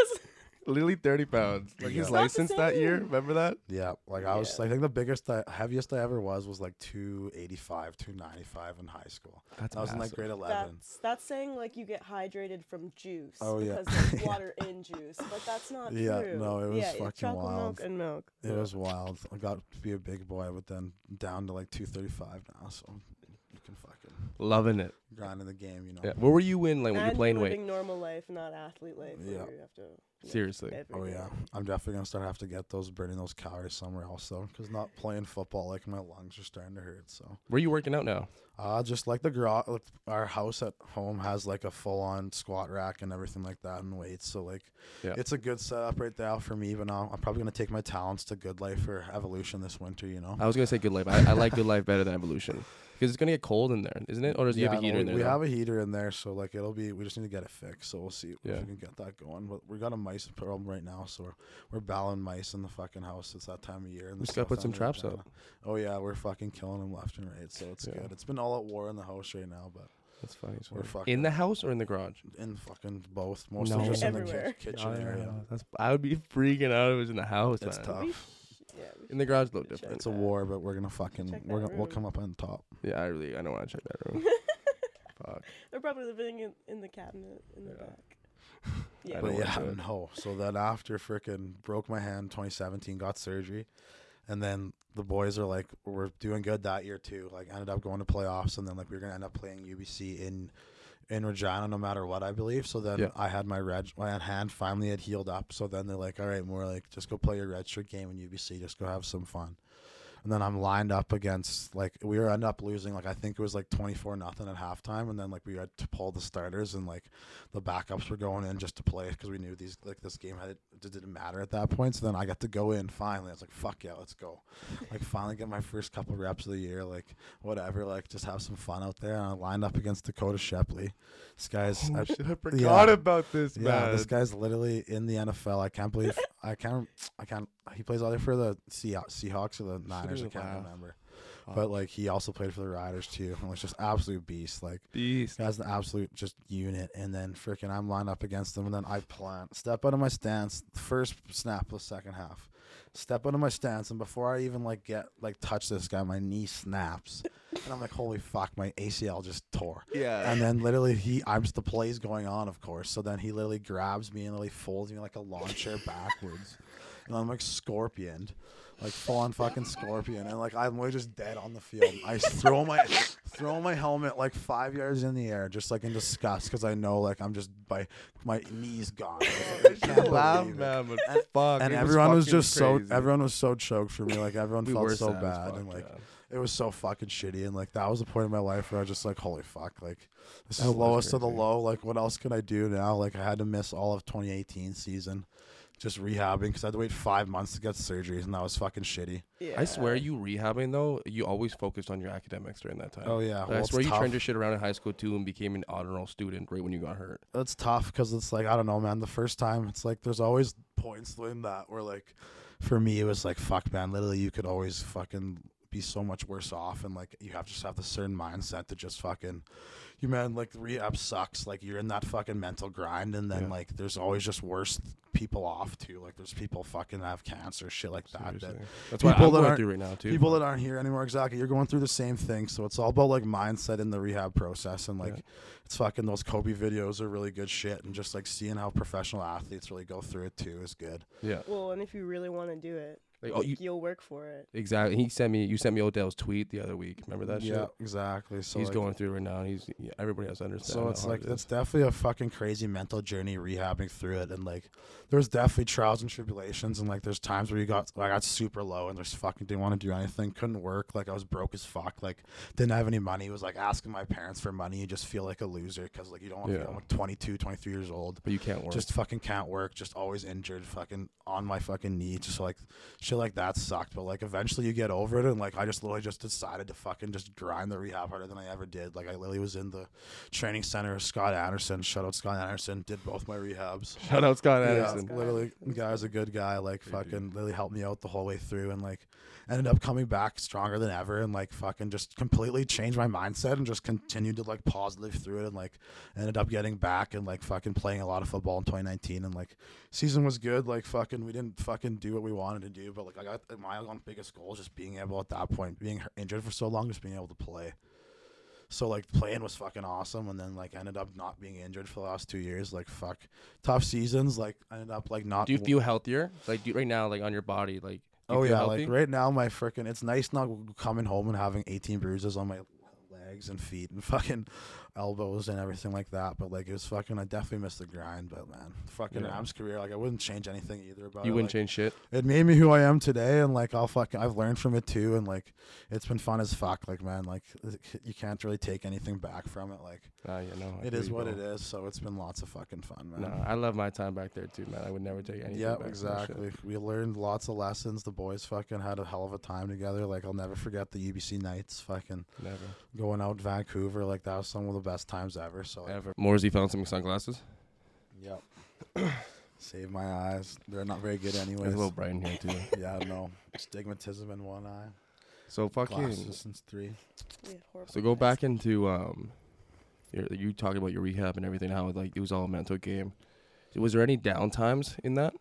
B: literally 30 pounds.
A: Yeah.
B: Like his
A: It's
C: not the
B: license that year,
C: same.
B: remember that?
A: Yeah, like I was.
C: Yeah.
A: I think the biggest, I, heaviest I ever was was like two eighty five, two ninety five in high school.
B: That's
A: I was in like grade eleven.
C: that's that's saying like you get hydrated from juice.
A: Oh, yeah.
C: Because there's
A: Yeah.
C: water in juice, but that's not
A: Yeah,
C: true.
A: no, it was
C: yeah,
A: fucking
C: chocolate
A: wild.
C: milk and milk.
A: It was wild. I got to be a big boy, but then down to like two thirty five now. So you can fucking
B: Loving it.
A: grinding the game, you know.
B: Yeah. Where were you in like when you're
C: and
B: playing
C: living
B: weight?
C: normal life, not athlete life. where
A: Yeah.
C: you have to lift
B: Seriously.
C: every
A: Oh
C: day.
A: yeah, I'm definitely gonna start have to get those burning those calories somewhere else though, because not playing football like my lungs are starting to hurt. So,
B: Where you working out now?
A: uh, just like the garage, like our house at home has like a full on squat rack and everything like that and weights. So like,
B: Yeah.
A: it's a good setup right now for me. But now I'm probably gonna take my talents to Good Life or Evolution this winter. You know.
B: I was gonna say good life. I, I like good life better than evolution because it's gonna get cold in there, isn't it? Or does you have a
A: no,
B: heater
A: we,
B: in there?
A: we
B: now?
A: have a heater in there, so like it'll be. We just need to get it fixed. So we'll see
B: Yeah.
A: if we can get that going. But we got a mice problem right now, so we're, we're battling mice in the fucking house. It's that time of year. And
B: We
A: the
B: just
A: stuff
B: gotta put some
A: under the
B: traps up.
A: banana. Oh yeah, we're fucking killing them left and right. So it's
B: Yeah.
A: good. It's been all at war in the house right now, but
B: That's funny. as
A: we're
B: fuck.
A: fucking
B: In the house or in the garage?
A: in fucking both. Mostly
B: No.
A: just in the
C: Everywhere.
A: ki- kitchen area.
B: That's I would be freaking out if it was in the house.
A: It's
B: man.
A: tough.
C: We sh- yeah, we
B: In the garage, look
C: Check
B: different.
A: It's a
C: that.
A: war, but we're gonna fucking
C: Check
A: we're
C: that
A: gonna, we'll
C: room.
A: come up on top.
B: Yeah, I really I don't want to check that room. Fuck.
C: They're probably living in, in the cabinet in the
B: Yeah.
C: back. Yeah.
B: I
A: But
B: don't
A: yeah,
B: wanna do it.
A: no. So then after frickin' broke my hand 2017, got surgery. And then the boys are like, we're doing good that year too. Like ended up going to playoffs and then like we were gonna end up playing UBC in in Regina no matter what, I believe. So then
B: Yeah.
A: I had my red my hand finally had healed up. So then they're like, All right, more like just go play your red shirt game in UBC, just go have some fun. And then I'm lined up against like we were end up losing like I think it was like twenty four nothing at halftime, and then like we had to pull the starters and like the backups were going in just to play because we knew these like this game had it didn't matter at that point. So then I got to go in finally. I was like, "Fuck yeah, let's go!" Like finally get my first couple reps of the year. Like whatever, like just have some fun out there. And I lined up against Dakota Shepley. This guy's I,
B: shit, I
A: yeah.
B: about this,
A: yeah, this guy's literally in the NFL. I can't believe I can't I can't. He plays either for the Seah- Seahawks or the Niners. I can't
B: Wow.
A: remember. But like he also played for the Riders too, and was just absolute beast. Like
B: beast.
A: Guy's an absolute just unit, and then freaking I'm lined up against him, and then I plant, step out of my stance, first snap of the second half, step out of my stance, and before I even like get like touch this guy, my knee snaps, and I'm like, holy fuck, my ACL just tore.
B: Yeah.
A: And then literally he, I'm the play's going on, of course. So then he literally grabs me and literally folds me like a lawn chair backwards, and I'm like scorpioned, like full on fucking scorpion, and like I'm literally just dead on the field. I throw my throw my helmet like five yards in the air, just like in disgust, because I know like I'm just by my knees gone. I can't
B: laugh,
A: believe it.
B: man, but fuck.
A: And
B: it
A: everyone was,
B: fucking
A: just
B: crazy.
A: so everyone was so choked for me. Like everyone
B: We
A: felt
B: were
A: so
B: sad as
A: bad,
B: fuck,
A: and like it
B: yeah.
A: was so fucking shitty and like that was the point of my life where I was just like, holy fuck, like this is
B: That
A: the
B: was
A: lowest of the
B: crazy.
A: low. Like what else can I do now? Like I had to miss all of 2018 season, just rehabbing because I had to wait five months to get surgeries and that was fucking shitty.
C: yeah.
B: I swear, you rehabbing though, you always focused on your academics during that time.
A: Oh yeah,
B: Like,
A: well,
B: I
A: it's
B: swear, you
A: tough.
B: turned your shit around in high school too, and became an honor roll student right when you got hurt.
A: it's tough because it's like I don't know, man. The first time, it's like there's always points in that where like for me it was like fuck, man. Literally, you could always fucking be so much worse off, and like you have just have the certain mindset to just fucking you man. Like rehab sucks. Like you're in that fucking mental grind, and then
B: Yeah.
A: like there's always just worse people off too. Like there's people fucking that have cancer, shit like that. that
B: Seriously. That's what
A: people
B: I'm
A: that
B: going
A: aren't-
B: through right now too.
A: people that aren't here anymore exactly you're going through the same thing so it's all about like mindset in the rehab process and like
B: Yeah.
A: it's fucking those kobe videos are really good shit and just like seeing how professional athletes really go through it too is good
B: yeah.
C: Well, and if you really want to do it,
B: Like, oh, you,
C: you, will work for it.
B: exactly. He sent me. You sent me Odell's tweet the other week. Remember that
A: yeah
B: shit?
A: exactly so
B: he's
A: like,
B: going through right now. and He's yeah, everybody has to understand.
A: so
B: how
A: it's
B: hard
A: like
B: it
A: that's
B: is.
A: definitely a fucking crazy mental journey rehabbing through it and like there's definitely trials and tribulations and like there's times where you got I got super low and there's fucking didn't want to do anything couldn't work like I was broke as fuck like didn't have any money was like asking my parents for money you just feel like a loser because like you don't want
B: Yeah.
A: to I'm like 22 23 years old
B: But you can't work.
A: just fucking can't work just always injured fucking on my fucking knee just like shit like that sucked but like eventually you get over it and like i just literally just decided to fucking just grind the rehab harder than i ever did like i literally was in the training center of scott anderson shout out scott anderson did both my rehabs
B: Shout out Scott
A: yeah,
B: Anderson.
C: Scott.
A: uh, literally, the guy was a good guy. Like, fucking, really helped me out the whole way through, and like, ended up coming back stronger than ever, and like, fucking, just completely changed my mindset, and just continued to like positive through it, and like, ended up getting back, and like, fucking, playing a lot of football in 2019, and like, season was good. Like, fucking, we didn't fucking do what we wanted to do, but like, I got my own biggest goal is just being able at that point, being injured for so long, just being able to play. So like playing was fucking awesome, and then like ended up not being injured for the last two years. Like fuck, tough seasons. Like ended up like not.
B: Do you feel healthier? Like do, right now, like on your body, like. do you
A: oh
B: feel
A: yeah,
B: healthy?
A: like right now my freaking. It's nice not coming home and having 18 bruises on my legs and feet and fucking elbows and everything like that. But like it was fucking. I definitely missed the grind. But man, fucking
B: Yeah.
A: Rams career. Like I wouldn't change anything either. About
B: You
A: it.
B: wouldn't
A: like,
B: change shit.
A: It made me who I am today, and like I'll fucking. I've learned from it too, and like it's been fun as fuck. Like man, like you can't really take anything back from it. Like
B: Ah, yeah, no. I
A: it
B: feel
A: is
B: you,
A: what
B: bro.
A: it is. So it's been lots of fucking fun, man.
B: No, I love my time back there too, man. I would never take anything.
A: Yeah,
B: back from that shit.
A: exactly. We learned lots of lessons. The boys fucking had a hell of a time together. Like I'll never forget the UBC nights. Fucking
B: Never,
A: going out in Vancouver. Like that was some of the best times ever. So like,
B: ever. Morsey found some sunglasses.
A: yep. Save my eyes. They're not very good
B: There's
A: anyways.
B: a little bright in here too.
A: yeah, no stigmatism in one eye.
B: So fucking.
A: Glasses since three.
C: We had horrible
B: So go
C: times.
B: back into um, your, you talking about your rehab and everything. How like it was all a mental game. Was there any downtimes in that?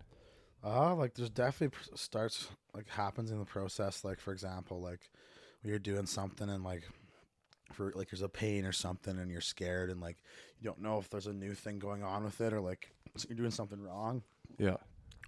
A: Uh, like there's definitely pr- starts like happens in the process. Like for example, like we are doing something and like for like there's a pain or something and you're scared and like you don't know if there's a new thing going on with it or like s- you're doing something wrong
B: Yeah.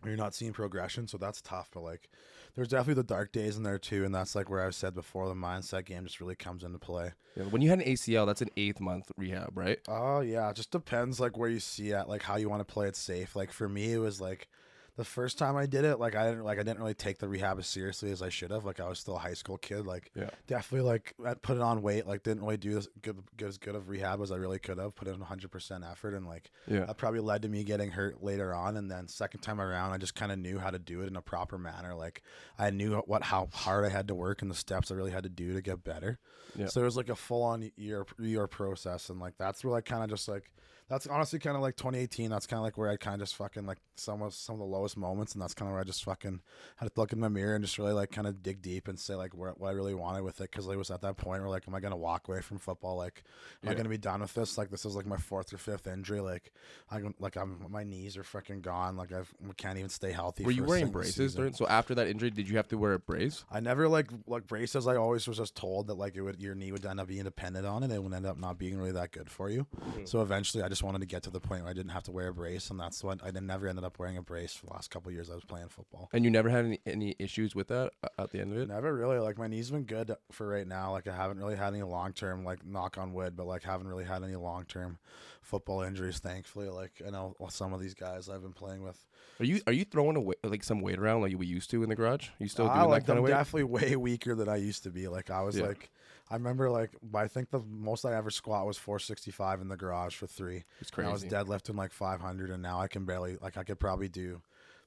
A: or you're not seeing progression. So that's tough. But like there's definitely the dark days in there too, and that's like where I've said before the mindset game just really comes into play.
B: yeah. When you had an ACL, that's an eighth month rehab, right?
A: Oh yeah, it just depends like where you see it, like how you want to play it safe. Like for me, it was like the first time I did it, like I didn't like I didn't really take the rehab as seriously as I should have. Like I was still a high school kid, like
B: Yeah.
A: definitely like I put it on weight, like didn't really do as good, good as good of rehab as I really could have. Put in 100 percent effort, and like
B: Yeah.
A: that probably led to me getting hurt later on. And then second time around, I just kind of knew how to do it in a proper manner. Like I knew what how hard I had to work and the steps I really had to do to get better.
B: Yeah.
A: So it was like a full on year year process, and like that's where I kind of just like that's honestly kind of like 2018. That's kind of like where I kind of just fucking like some of some of the lowest moments, and that's kind of where I just fucking had to look in my mirror and just really like kind of dig deep and say like where, what I really wanted with it because I was at that point where like am I gonna walk away from football like am I
B: Yeah.
A: gonna be done with this like this is like my fourth or fifth injury like I can- like I'm my knees are freaking gone like I've, I can't even stay healthy.
B: Were
A: for
B: you
A: a
B: wearing
A: single
B: braces
A: season.
B: during? So after that injury, did you have to wear a brace?
A: I never like like braces. I always was just told that like it would your knee would end up being dependent on it. It would end up not being really that good for you.
B: Hmm.
A: So eventually, I just wanted to get to the point where I didn't have to wear a brace, and that's when I didn't- never ended up wearing a brace for the last couple of years I was playing football.
B: And you never had any, any issues with that uh, at the end of it?
A: Never really like my knee's been good for right now. Like I haven't really had any long term like knock on wood, but like haven't really had any long term football injuries. Thankfully, like I know some of these guys I've been playing with
B: Are you are you throwing away like some weight around like we used to in the garage? You still
A: I
B: doing
A: ah, like
B: that kind
A: I'm
B: of weight?
A: definitely way weaker than I used to be. Like I was
B: Yeah.
A: like, I remember like I think the most I ever squat was 465 in the garage for three.
B: It's
A: And
B: crazy.
A: I was deadlifting like 500, and now I can barely like I could probably do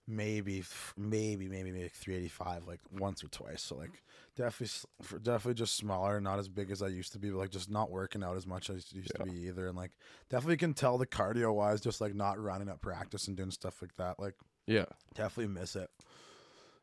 A: maybe f- maybe maybe maybe 385 like once or twice. So like definitely s- for- definitely just smaller, not as big as I used to be, but like just not working out as much as I used to be either. And like definitely can tell the cardio wise, just like not running at practice and doing stuff like that. Like
B: Yeah.
A: definitely miss it.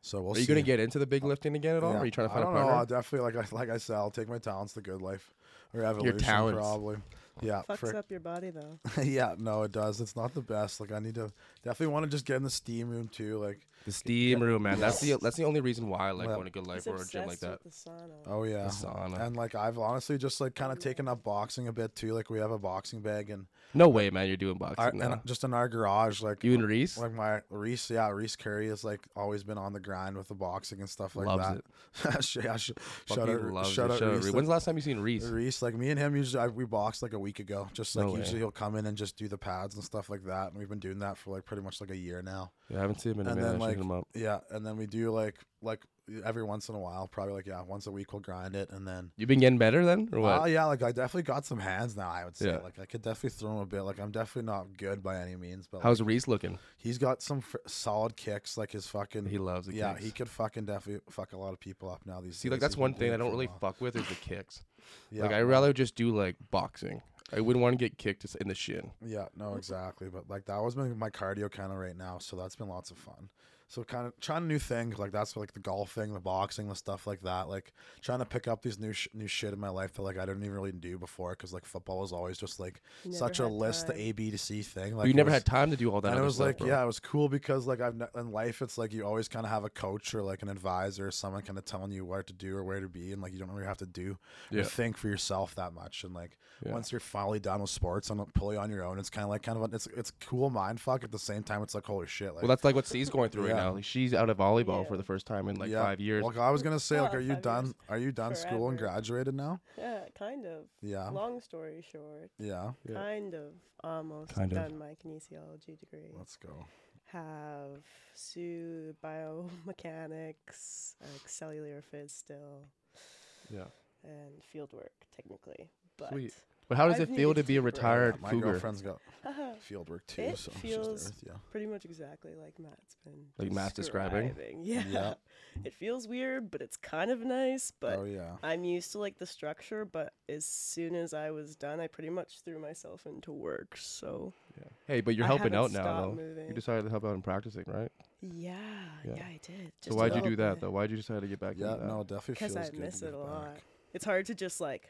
A: So we'll
B: are you
A: see.
B: gonna get into the big lifting again at all?
A: Yeah.
B: Or are you trying to find
A: I
B: a
A: don't know. I'll
B: partner?
A: definitely like I like I said, I'll take my talents to good life or evolution
B: talents.
A: probably. Yeah,
C: Fucks
A: for-
C: up your body though.
A: yeah. No, it does. It's not the best. Like I need to definitely want to just get in the steam room too. Like
B: The steam room, man. That's the that's the only reason why I like
A: Well,
B: going to good life
C: He's
B: or a gym like
C: obsessed
B: that.
C: with the sauna.
A: oh yeah,
B: The sauna.
A: and like I've honestly just like kind of taken up boxing a bit too. Like we have a boxing bag and
B: No way, man. You're doing boxing
A: our,
B: now.
A: and just in our garage. Like
B: you and Reese.
A: like my Reese, yeah, Reese Curry has like always been on the grind with the boxing and stuff like
B: Loves
A: that. Sh- yeah, sh- shout
B: Fucking
A: out,
B: loves it.
A: shout out, Reese.
B: Reese.
A: Like,
B: When's the last time you seen Reese?
A: Reese, like me and him, usually I, we boxed like a week ago. Just like
B: No way.
A: usually he'll come in and just do the pads and stuff like that, and we've been doing that for like pretty much like a year now.
B: Yeah, I haven't seen him in a
A: And
B: minute. I
A: then,
B: should
A: like-
B: hit him up.
A: Yeah, and then we do like like every once in a while, probably like yeah, once a week we'll grind it, and then
B: You been getting better then, or what?
A: oh yeah, like I definitely got some hands now. I would say
B: Yeah.
A: like I could definitely throw him a bit. Like I'm definitely not good by any means, but like,
B: How's Reese looking?
A: he's got some fr- solid kicks. Like his fucking
B: He loves the
A: yeah,
B: kicks.
A: he could fucking definitely fuck a lot of people up now. These
B: See,
A: days.
B: like that's
A: He's been
B: one
A: doing
B: thing
A: it
B: I don't
A: for a
B: really
A: while.
B: fuck with is the kicks.
A: yeah,
B: Like I'd rather just do like boxing. I wouldn't want to get kicked in the shin.
A: Yeah, no, exactly. But like that was my, my cardio kind of right now, so that's been lots of fun. So kind of trying new things like that's like the golfing, the boxing, the stuff like that. Like trying to pick up these new sh- new shit in my life that like I didn't even really do before because like football was always just like
C: Never
A: such a
C: had
A: list,
C: time.
A: the A B to C thing. Like
B: But you
A: it
B: never
A: was-
B: had time to do all that.
A: and it
B: other
A: was
B: stuff,
A: like,
B: bro.
A: yeah, it was cool because like I've ne- in life, it's like you always kind of have a coach or like an advisor or someone kind of telling you what to do or where to be, and like you don't really have to do
B: Yeah.
A: or think for yourself that much. And like
B: Yeah.
A: once you're finally done with sports and fully on your own, it's kind of like kind of a, it's it's cool mind fuck. At the same time, it's like holy shit, like
B: Well, that's like what C's going through
A: yeah,
B: right now. Like she's out of volleyball
C: Yeah.
B: for the first time in like
A: Yeah.
B: five years.
A: Well, I was gonna say, like,
C: Well,
A: are you
C: Oh, five
A: done?
C: years.
A: Are you done school and
C: Forever.
A: graduated now?
C: Yeah, kind of.
A: Yeah,
C: Long story short,
A: yeah.
B: Yeah.
C: kind of almost
B: Kind of.
C: done my kinesiology degree.
A: Let's go.
C: Have Sue biomechanics, like cellular phys still,
B: yeah.
C: and field work technically. But
B: Sweet. But how does
C: I've
B: it feel to
C: needed
B: be a
C: to grow
B: retired
A: Oh, My
B: cougar?
A: girlfriend's got field work too,
C: It
A: so
C: feels-
A: she's there.
C: pretty much exactly like Matt's been
B: Like Matt's describing?
C: Yeah.
A: Yeah.
C: It feels weird, but it's kind of nice,
A: Yeah.
C: but
A: oh yeah.
C: I'm used to like the structure, but as soon as I was done, I pretty much threw myself into work. So
B: Yeah. Hey, but you're
C: I
B: helping
C: haven't
B: out now
C: stopped
B: though.
C: moving.
B: You decided to help out in practicing, right?
C: yeah,
B: Yeah.
C: yeah, I did.
B: so
C: Just
B: why'd you do
C: developing
B: that
C: it.
B: though? Why'd you decide to get back
A: Yeah.
B: into that?
A: No, it definitely feels
C: because I
A: good. to
C: miss
A: give
C: it a lot.
A: back.
C: It's hard to just like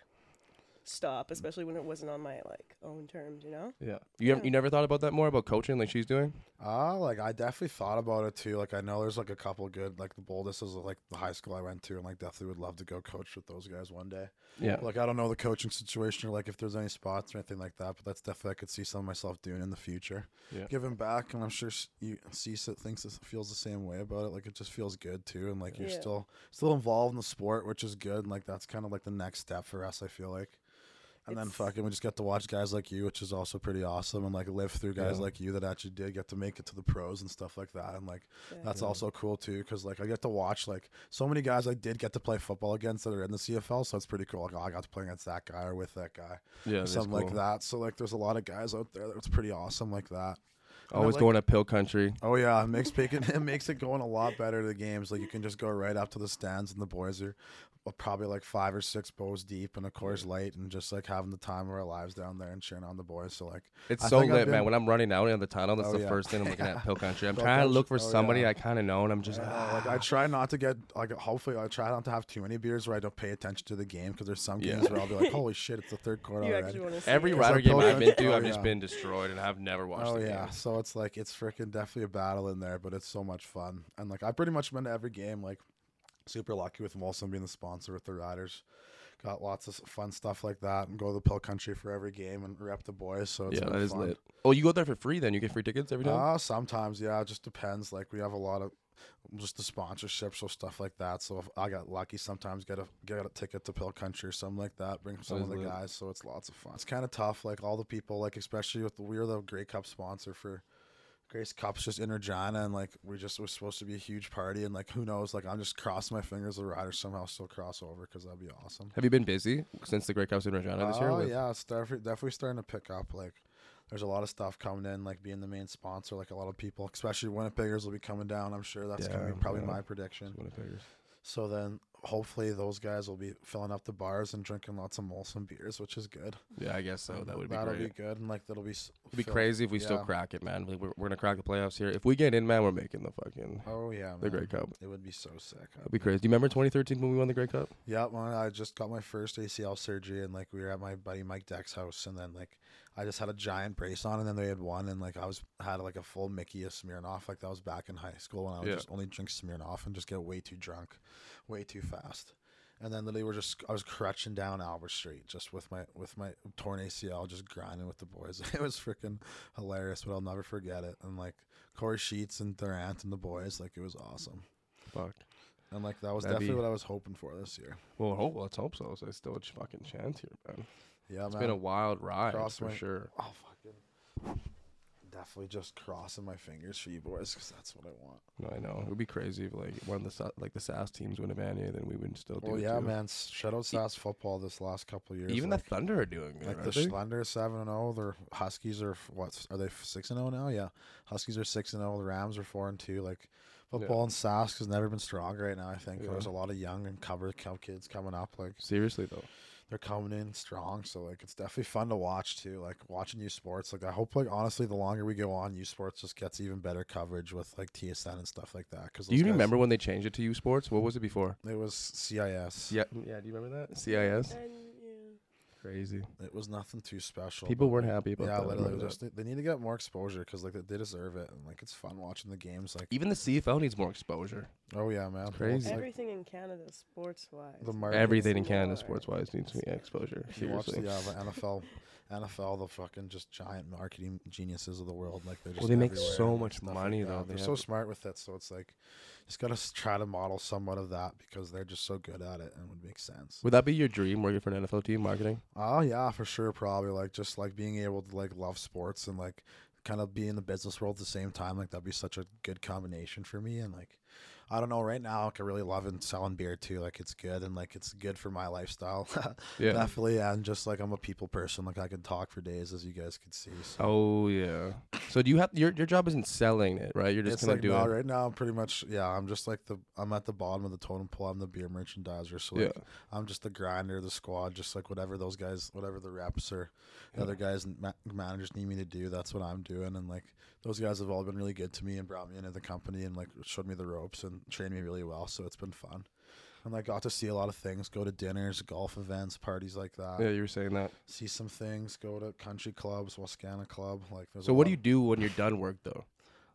C: stop, especially when it wasn't on my like own terms, you know?
B: Yeah. You ever,
C: Yeah.
B: you never thought about that more about coaching like she's doing?
A: Ah, like I definitely thought about it too. Like I know there's like a couple good like the boldest is like the high school I went to, and like definitely would love to go coach with those guys one day.
B: Yeah.
A: Like I don't know the coaching situation or like if there's any spots or anything like that, but that's definitely I could see some of myself doing in the future.
B: Yeah.
A: Giving back, and I'm sure s- you Cisa thinks it feels the same way about it. Like it just feels good too, and like you're
C: Yeah.
A: still still involved in the sport, which is good. And like that's kind of like the next step for us. I feel like. And then
C: It's-
A: fucking, we just get to watch guys like you, which is also pretty awesome, and like live through guys
B: Yeah.
A: like you that actually did get to make it to the pros and stuff like that. And like
C: Yeah.
A: that's
B: Yeah.
A: also cool too, because like I get to watch like so many guys I did get to play football against that are in the CFL, so it's pretty cool. Like oh, I got to play against that guy or with that guy,
B: Yeah.
A: or
B: that's
A: something like
B: cool.
A: that. So like there's a lot of guys out there that's pretty awesome like that. I
B: Always
A: like-
B: going to pill country.
A: Oh yeah, it makes making it makes it going a lot better. The games like you can just go right up to the stands, and the boys are uh, probably like five or six bows deep and a course light, and just like having the time of our lives down there and cheering on the boys. So like
B: It's
A: I
B: so
A: think I've
B: lit, man.
A: been-
B: When I'm running out in the tunnel, that's
A: Oh,
B: the
A: yeah.
B: first thing I'm looking at. Pill country. I'm
A: Pill
B: trying to
A: country.
B: look for
A: Oh,
B: somebody
A: yeah.
B: I kind of know, and I'm just
A: Yeah, uh, like I try not to get like hopefully I try not to have too many beers where I don't pay attention to the game because there's some
B: Yeah.
A: games where I'll be like, holy shit, it's the third quarter
C: You
A: already.
C: actually want to
B: every
A: It's
B: rider
A: like
B: game
A: Pill
B: I've been
A: Country.
B: to,
A: Oh,
B: I've just
A: yeah.
B: been destroyed, and I've never watched.
A: Oh
B: the
A: yeah,
B: Game.
A: so it's like it's freaking definitely a battle in there, but it's so much fun. And like I've pretty much been to every game. Like super lucky with Molson being the sponsor with the Riders. Got lots of s- fun stuff like that, and go to the Pill Country for every game and rep the boys. So it's
B: yeah,
A: been
B: that is
A: fun.
B: lit. Oh, you go there for free then? You get free tickets every time?
A: Uh, sometimes, yeah, it just depends. Like we have a lot of just the sponsorships or stuff like that. So if I got lucky, sometimes get a get a ticket to Pill Country or something like that. Bring some
B: is
A: of the
B: lit.
A: guys, so it's lots of fun. It's kind of tough, like all the people, like especially with the, we are the Grey Cup sponsor for. Grace Cup's just in Regina, and like we just was supposed to be a huge party, and like who knows? Like I'm just crossing my fingers the riders somehow still cross over because that'd be awesome.
B: Have you been busy since the Great Cup's in Regina this year?
A: Oh
B: with-
A: yeah, it's definitely definitely starting to pick up. Like, there's a lot of stuff coming in, like being the main sponsor. Like a lot of people, especially Winnipeggers, will be coming down. I'm sure that's gonna
B: Yeah,
A: be probably
B: yeah.
A: my prediction.
B: Winnipeggers.
A: So then, hopefully, those guys will be filling up the bars and drinking lots of Molson beers, which is good.
B: Yeah, I guess so. Oh, That would be
A: That'll
B: great.
A: be good, and like that'll be s-
B: It'd be
A: fill-
B: crazy if we still
A: yeah.
B: crack it, man. Like, We're, we're gonna crack the playoffs here. If we get in, man, we're making the fucking
A: Oh yeah, man.
B: the Great Cup.
A: It would be so sick.
B: That'd be crazy. Do you remember 2013 when we won the Great Cup?
A: Yeah, well, I just got my first ACL surgery, and like we were at my buddy Mike Deck's house, and then like I just had a giant brace on, and then they had one, and like I was had like a full Mickey of Smirnoff, like that was back in high school when I would
B: Yeah.
A: just only drink Smirnoff and just get way too drunk, way too fast, and then literally we're just I was crutching down Albert Street just with my with my torn ACL, just grinding with the boys. It was freaking hilarious, but I'll never forget it. And like Corey Sheets and Durant and the boys, like it was awesome,
B: Fuck.
A: and like that was
B: That'd
A: definitely
B: be-
A: what I was hoping for this year.
B: Well, hope, let's hope so. So it's still a ch- fucking chance here, man.
A: Yeah,
B: It's
A: man.
B: been a wild ride
A: Cross
B: for
A: my-
B: sure.
A: Oh, fucking. Definitely just crossing my fingers for you boys because that's what I want.
B: No, I know. It would be crazy if like one of the Sa- like the SAS teams win a man, U, then we would still do
A: Well,
B: it.
A: yeah,
B: too.
A: man. s- Shout out SAS football this last couple years.
B: Even
A: like,
B: the Thunder are doing good.
A: like
B: aren't
A: the
B: they?
A: Slender seven and zero. The Huskies are f- what? Are they six and zero now? Yeah, Huskies are six and zero. The Rams are four and two. Like football and SAS has never been strong right now. I think
B: Yeah.
A: there's a lot of young and cover co- kids coming up. Like
B: Seriously though.
A: they're coming in strong. So like it's definitely fun to watch too. Like watching U Sports. Like I hope like honestly, the longer we go on, U Sports just gets even better coverage with like TSN and stuff like that. Because
B: Do you remember when they changed it to U Sports? What was it before?
A: it was CIS?
B: Yeah, yeah. Do you remember that CIS?
C: And yeah.
B: Crazy.
A: It was nothing too special.
B: People
A: but,
B: weren't
A: like,
B: happy about
A: yeah,
B: that. uh, I
A: literally,
B: remember
A: just they, they need to get more exposure because like they, they deserve it, and like it's fun watching the games. Like,
B: Even the CFL needs more exposure.
A: oh yeah, man, Well,
B: crazy.
A: like,
C: Everything in Canada, sports wise.
A: the market.
B: Everything in
C: needs
B: Canada
C: more.
B: sports wise needs more exposure.
A: uh, You watch the, uh,
B: seriously.
A: yeah, the NFL, NFL, the fucking just giant marketing geniuses of the world. Like they're just
B: Well, they make
A: everywhere
B: so
A: and
B: much
A: stuff like
B: money,
A: that.
B: though.
A: They're
B: They
A: so
B: have-
A: smart with it, so it's like just gotta s- try to model somewhat of that because they're just so good at it and it would make sense.
B: Would that be your dream working for an NFL team marketing?
A: Oh yeah, for sure, probably like just like being able to like love sports and like kind of be in the business world at the same time. Like that'd be such a good combination for me. And like, I don't know, right now, like I really love and selling beer too. Like it's good and like it's good for my lifestyle.
B: Yeah.
A: Definitely, and just like I'm a people person, like I could talk for days, as you guys could see. So
B: Oh yeah. So do you have your your job isn't selling it, right? You're just
A: it's
B: gonna
A: like
B: do
A: no,
B: it.
A: right now, I'm pretty much yeah. I'm just like the I'm at the bottom of the totem pole. I'm the beer merchandiser, so like,
B: Yeah.
A: I'm just the grinder, of the squad, just like whatever those guys, whatever the reps or the
B: Yeah.
A: other guys and ma- managers need me to do. That's what I'm doing, and like those guys have all been really good to me and brought me into the company and like showed me the ropes and trained me really well. So it's been fun. And I got to see a lot of things, go to dinners, golf events, parties like that.
B: Yeah, you were saying that.
A: see some things, go to country clubs, Wascana Club. Like, there's
B: So
A: a
B: what do
A: lot
B: you
A: of-
B: do when you're done work though?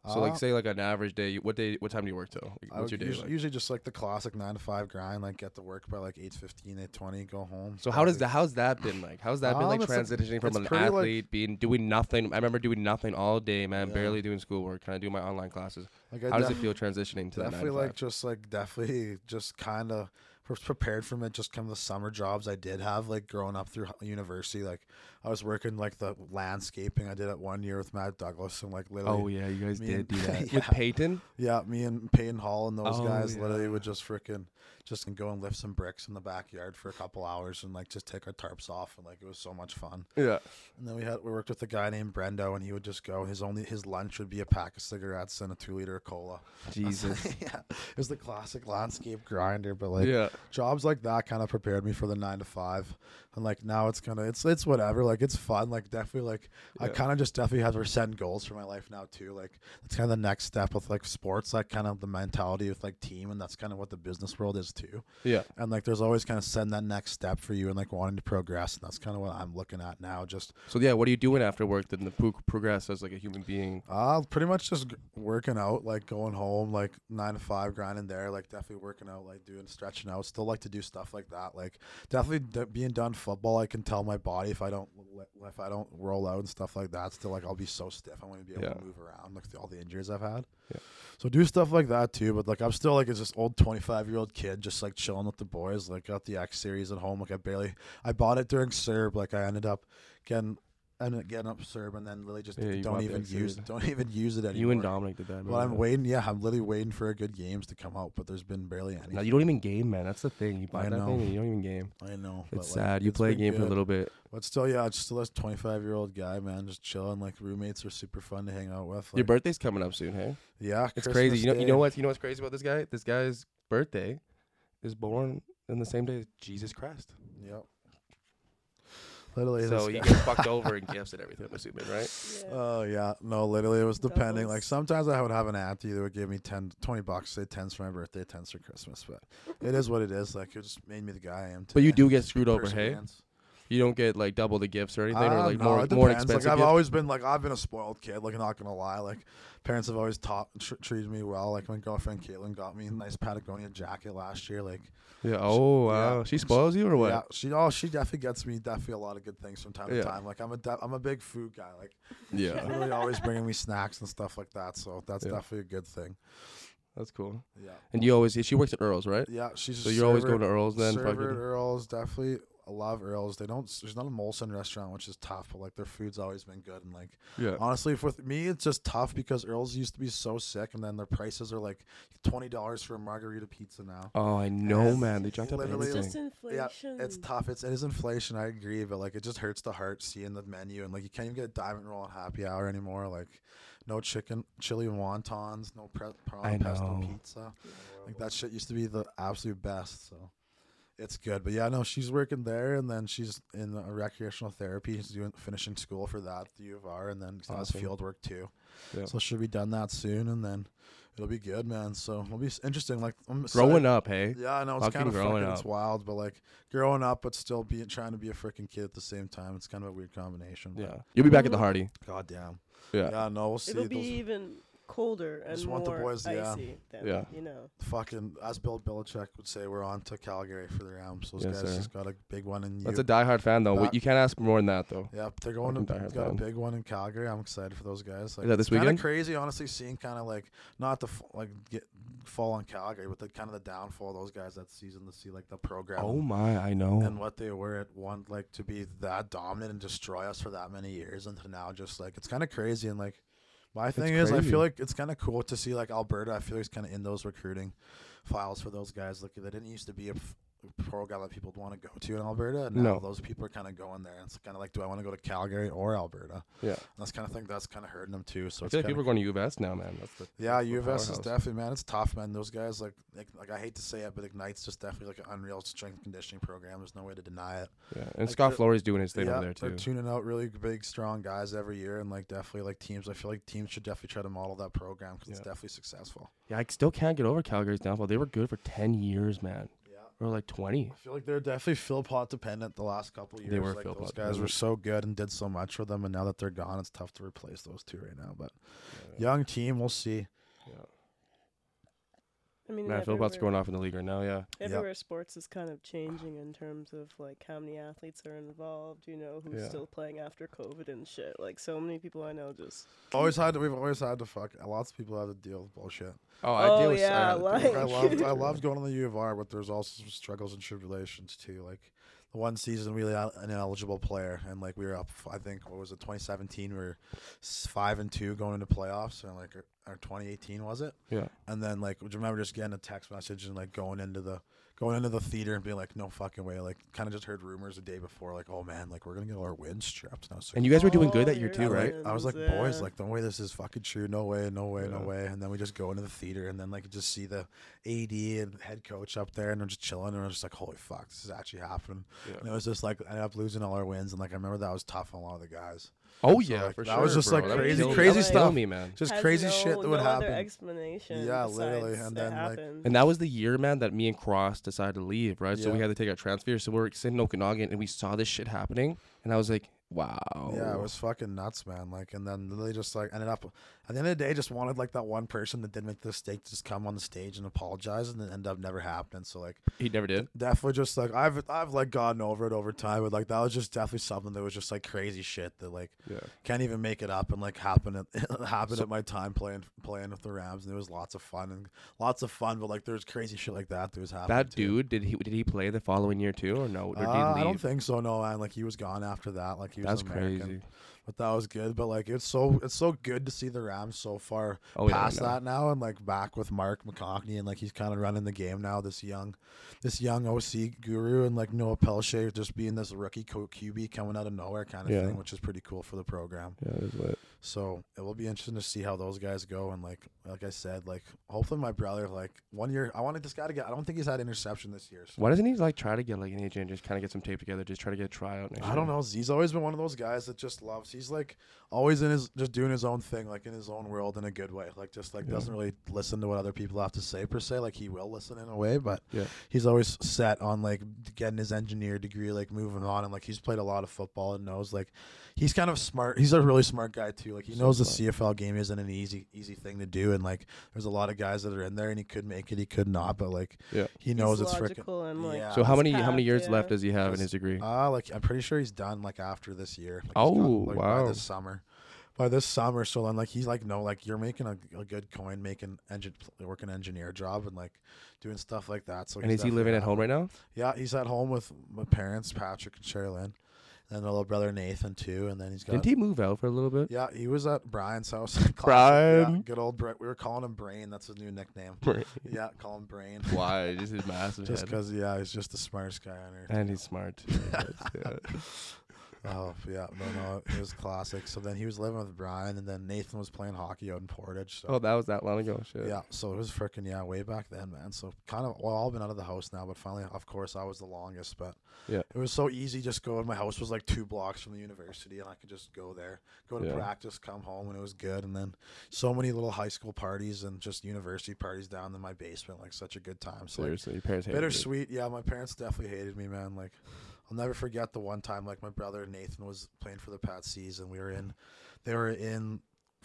B: So
A: Uh,
B: like say like an average day, you- what day what time do you work till? Like,
A: I
B: what's your
A: would
B: day
A: usually,
B: like?
A: usually just like the classic nine to five grind, like get to work by like 8.15, 8.20, go home.
B: So how does
A: probably.
B: that how's that been like? How's that been like
A: Um, it's like-
B: transitioning from
A: it's
B: an
A: pretty, like-
B: athlete being doing nothing? I remember doing nothing all day, man,
A: Yeah.
B: barely doing schoolwork, kind of doing my online classes.
A: Like
B: How does it feel transitioning to that? nine
A: Definitely
B: to
A: like
B: five?
A: just like definitely just kind of was prepared from it. Just kind of the summer jobs I did have like growing up through h- university. Like I was working like the landscaping I did it one year with Matt Douglas and like literally
B: Oh yeah, you guys
A: me
B: did
A: and-
B: do that
A: yeah.
B: with Peyton.
A: Yeah, me and Peyton Hall and those
B: Oh,
A: guys literally
B: yeah.
A: would just freaking just go and lift some bricks in the backyard for a couple hours and like just take our tarps off and like it was so much fun.
B: Yeah.
A: And then we had we worked with a guy named Brendo and he would just go his only his lunch would be a pack of cigarettes and a two liter of cola.
B: Jesus.
A: yeah, it was the classic landscape grinder, but like
B: yeah.
A: jobs like that kind of prepared me for the nine to five and like now it's kind of it's it's whatever like it's fun like definitely like i
B: Yeah.
A: kind of just definitely have set goals for my life now too like that's kind of the next step with like sports like kind of the mentality with like team and that's kind of what the business world is too
B: Yeah.
A: and like there's always kind of setting that next step for you and like wanting to progress and that's kind of what i'm looking at now just
B: So yeah, what are you doing after work? Then the pro- progress as like a human being.
A: Uh, pretty much just g- working out, like going home, like nine to five, grinding there, like definitely working out, like doing stretching out. Still like to do stuff like that. Like definitely d- being done football, I can tell my body if I don't li- if I don't roll out and stuff like that. Still like I'll be so stiff. I want to be able
B: Yeah.
A: to move around, like all the injuries I've had.
B: Yeah.
A: So do stuff like that too. But like I'm still like as this old 25 year old kid, just like chilling with the boys. Like got the X series at home. Like I barely I bought it during Serb. Like I ended up getting. ended up getting up Serb and then really just
B: Yeah, you bought
A: don't
B: the
A: even
B: X
A: use
B: series.
A: don't even use it anymore.
B: You and Dominic did that.
A: Well, I'm
B: remember that?
A: waiting. Yeah, I'm literally waiting for a good games to come out, but there's been barely any.
B: No, you don't even game, man. That's the thing. You buy
A: I
B: that
A: know.
B: thing and you don't even game.
A: I know. but,
B: It's
A: like,
B: sad. You
A: it's
B: play a
A: been
B: game for a
A: good.
B: little bit.
A: But still, yeah, it's still a 25 year old guy, man, just chilling. Like roommates are super fun to hang out with.
B: Your
A: like-
B: birthday's coming up soon, hey?
A: yeah,
B: It's
A: Christmas
B: crazy. You know, you
A: Day.
B: know what? You know what's crazy about this guy? This guy's birthday is born on the same day as Jesus Christ.
A: Yep. Literally. this
B: So
A: guy-
B: he gets fucked over in gifts and everything. I'm assuming, right?
C: Yeah.
A: Oh yeah, no, literally it was depending.
C: Doubles.
A: Like sometimes I would have an auntie that would give me 10, 20 bucks, say tens for my birthday, tens for Christmas. But it is what it is. Like it just made me the guy I am. Today.
B: But you do get
A: Just
B: screwed over, hey?
A: perseverance.
B: You don't get like double the gifts or anything, or
A: Uh,
B: like
A: no,
B: more
A: it
B: more
A: depends.
B: expensive.
A: Like I've
B: gifts?
A: always been like I've been a spoiled kid. Like not gonna lie, like parents have always taught tr- treated me well. Like my girlfriend Caitlin got me a nice Patagonia jacket last year. Like
B: yeah. Oh
A: yeah.
B: wow. She spoils you or what?
A: yeah, she oh she definitely gets me definitely a lot of good things from time
B: Yeah.
A: to time. Like I'm a de- I'm a big food guy. Like
B: Yeah.
A: she's really always bringing me snacks and stuff like that. So that's
B: Yeah.
A: definitely a good thing.
B: That's cool.
A: Yeah,
B: And you always she works at Earl's, right?
A: yeah. She's a
B: So you're always
A: server-
B: going to Earl's then.
A: server at
B: fucking-
A: Earls definitely. I love Earls. They don't. There's not a Molson restaurant, which is tough, but like their food's always been good. And like
B: Yeah.
A: honestly, if with me, it's just tough because Earls used to be so sick, and then their prices are like twenty dollars for a margarita pizza now.
B: Oh, I know,
A: Yes.
B: man. They jacked up
A: Literally,
B: everything.
C: It's just
A: Yeah,
C: inflation.
A: it's tough. It's it is inflation. I agree, but like it just hurts the heart seeing the menu and like you can't even get a diamond roll on happy hour anymore. Like no chicken, chili and wontons, no pre-
B: I
A: prawn pesto
B: know.
A: pizza. Like that shit used to be the absolute best. So it's good, but yeah, no, she's working there, and then she's in uh, recreational therapy. She's doing finishing school for that, the U of R, and then has
B: Awesome.
A: field work too.
B: Yeah.
A: So she'll be done that soon, and then It'll be good, man. So it'll be s- interesting. Like I'm excited.
B: Growing up, hey.
A: Yeah, I know it's
B: Fucking
A: kind of
B: growing
A: fucking, it's
B: up.
A: wild, but like growing up, but still being trying to be a freaking kid at the same time. It's kind of a weird combination.
B: Yeah. Uh,
A: But
B: You'll be back at the Hardy.
A: God damn.
B: Yeah.
A: Yeah. No, we'll see.
C: It'll be
A: Those
C: even colder and
A: Just
C: more
A: want the boys, yeah.
C: icy than
B: Yeah.
C: you know.
A: fucking as Bill Belichick would say, we're on to Calgary for the Rams. Those
B: Yes,
A: guys
B: sir.
A: just got a big one in you.
B: That's a diehard fan though.
A: Back-
B: You can't ask more than that though.
A: Yep, they're going to
B: Fucking diehard
A: got a
B: fan.
A: big one in Calgary. I'm excited for those guys. Like,
B: that this
A: Kind
B: weekend?
A: of crazy, honestly, seeing kind of like not the f- like get fall on Calgary, but the kind of the downfall of those guys that season to see like the program
B: Oh my, I know.
A: and what they were at one like to be that dominant and destroy us for that many years and to now just like it's kind of crazy and like my thing is I
B: crazy.
A: feel like it's kind of cool to see like Alberta I feel like it's kind of in those recruiting files for those guys like they didn't used to be a f- program that people would want to go to in Alberta and now
B: No.
A: those people are kind of going there it's kind of like do I want to go to Calgary or Alberta and
B: yeah.
A: that's kind of thing that's kind of hurting them too so
B: I
A: it's
B: feel like
A: kinda
B: people are going to U of S now, man. That's the
A: yeah,
B: We're
A: U of S is
B: powerhouse.
A: definitely man. It's tough, man. Those guys like, like like I hate to say it, but Ignite's just definitely like an unreal strength and conditioning program. There's no way to deny it.
B: yeah. And
A: Like,
B: Scott
A: the-
B: Flory's doing his thing
A: yeah,
B: over there too.
A: they're tuning out really big, strong guys every year, and like definitely like teams. I feel like teams should definitely try to model that program because it's
B: Yeah.
A: definitely successful.
B: Yeah, I still can't get over Calgary's downfall. They were good for ten years, man,
A: Yeah,
B: or like twenty.
A: I feel like they're definitely Philpott dependent the last couple years.
B: They were
A: like those
B: Philpott
A: guys were
B: dependent.
A: so good and did so much for them, and now that they're gone, it's tough to replace those two right now. But young team, we'll see.
C: I mean,
B: Man, Philpott's
C: everywhere-
B: going off in the league right now. Yeah,
A: Yep.
C: Everywhere sports is kind of changing in terms of like how many athletes are involved, you know, who's
B: Yeah.
C: still playing after COVID and shit. Like so many people I know just
A: Always had to, we've always had to fuck. Lots of people have to deal with bullshit.
B: Oh,
C: Oh,
B: I deal with
C: yeah,
B: I,
A: Like, I
C: Like-
A: loved I loved going on the U of R, but there's also some struggles and tribulations too. Like the one season we had an ineligible player, and like we were up. I think what was it 2017? We were s- five and two going into playoffs, and like or, or 2018 was it?
B: Yeah.
A: And then like do you remember just getting a text message and like going into the going into the theater and being like, no fucking way. Like kind of just heard rumors the day before, like oh man, like we're gonna get our wins stripped. And I was like,
B: And you guys were doing good
C: Oh,
B: that year
C: you're
B: too,
A: I
B: right?
A: like- I was like,
C: Yeah.
A: boys, like, no way this is fucking true. No way, no way, no
B: Yeah.
A: way. And then we just go into the theater and then, like, just see the AD and head coach up there and they're just chilling. And we're just like, holy fuck, this is actually happening.
B: Yeah.
A: And it was just like, I ended up losing all our wins. And, like, I remember that was tough on a lot of the guys. So,
B: Oh yeah,
A: like,
B: for
A: that
B: sure,
A: was just,
B: bro.
A: like,
B: That would
C: crazy-
B: kill me.
C: crazy
B: That would kill
A: stuff.
B: me, man.
A: Just
C: has
A: crazy
C: no-
A: shit that
C: no
A: would
C: other
A: happen.
C: explanation.
A: Yeah, literally,
C: besides
A: and
C: it
A: then, like-
C: happened.
B: And that was the year, man, that me and Cross decided to leave, right? So we
A: Yeah.
B: had to take our transfer. So we were in Okanagan, and we saw this shit happening, and I was like, wow.
A: Yeah,
C: Oh.
A: it was fucking nuts, man. Like, and then they just like ended up at the end of the day, just wanted like that one person that did make the mistake to just come on the stage and apologize, and it ended up never happening. So like,
B: He never did.
A: definitely just like I've I've like gotten over it over time, but like that was just definitely something that was just like crazy shit that like
B: Yeah.
A: can't even make it up and like happen at happen at my time playing playing with the Rams and it was lots of fun and lots of fun, but like there's crazy shit like that that was happening.
B: That
A: too.
B: dude did he did he play the following year too, or no? Or did he
A: Uh,
B: leave?
A: I don't think so. No, man. Like he was gone after that. Like he was
B: That's
A: American.
B: crazy.
A: But that was good. But like it's so it's so good to see the Rams so far
B: Oh, yeah, I
A: past
B: know.
A: that now and like back with Mark McConkey and like he's kind of running the game now. This young, this young OC guru and like Noah Pelche just being this rookie co- QB coming out of nowhere kind of
B: Yeah.
A: thing, which is pretty cool for the program.
B: Yeah, that's what.
A: So it will be interesting to see how those guys go. And like like I said, like hopefully my brother like one year I wanted this guy to get. I don't think he's had interception this year. So.
B: Why doesn't he like try to get like an agent and just kind of get some tape together, just try to get a tryout? Next
A: I don't know. He's always been one of those guys that just loves. He's like always in his just doing his own thing, like in his own world in a good way. Like just like
B: Yeah.
A: doesn't really listen to what other people have to say per se. Like he will listen in a way, but
B: Yeah.
A: he's always set on like getting his engineer degree, like moving on, and like he's played a lot of football and knows like he's kind of smart. He's a really smart guy too. Like he
B: So
A: knows the
B: smart.
A: CFL game isn't an easy easy thing to do, and like there's a lot of guys that are in there and he could make it, he could not, but like
B: Yeah.
A: he knows
C: He's
A: it's freaking
C: logical and like
A: Yeah.
B: So how
C: he's
B: many how many
C: packed,
B: years
C: yeah.
B: left does he have in
A: That's-
B: his degree?
A: Ah, like I'm pretty sure he's done like after this year. Like, he's
B: Oh,
A: done, like, by
B: wow.
A: this summer. By this summer, so then like he's like, no, like you're making a, a good coin, making engine working engineer job and like doing stuff like that. So
B: and
A: he's
B: is he living at
A: definitely-
B: home right now?
A: Yeah, he's at home with my parents, Patrick and Sherry Lynn, and my little brother Nathan too. And then he's got
B: Didn't he move out for a little bit?
A: yeah, he was at Brian's house. Classic,
B: Brian.
A: yeah, good old Bra- We were calling him Brain. That's his new nickname. Yeah, call him Brain.
B: Why? Just his massive
A: Just
B: head.
A: because yeah, he's just the smartest guy on earth.
B: And he's smart. Too. That's- yeah.
A: Oh yeah, no, no, it was classic. So then he was living with Brian, and then Nathan was playing hockey out in Portage. So
B: Oh, that was that long ago. Shit.
A: yeah, so it was freaking yeah, way back then, man. So kind of well, I've been out of the house now, but finally, of course, I was the longest. But
B: Yeah.
A: it was so easy just going. My house was like two blocks from the university, and I could just go there, go to
B: Yeah.
A: practice, come home, and it was good. And then so many little high school parties and just university parties down in my basement, like such a good time. So like,
B: Seriously, your parents hated it.
A: Bittersweet, yeah. My parents definitely hated me, man. Like, I'll never forget the one time like my brother Nathan was playing for the Patsies, and we were in, they were in,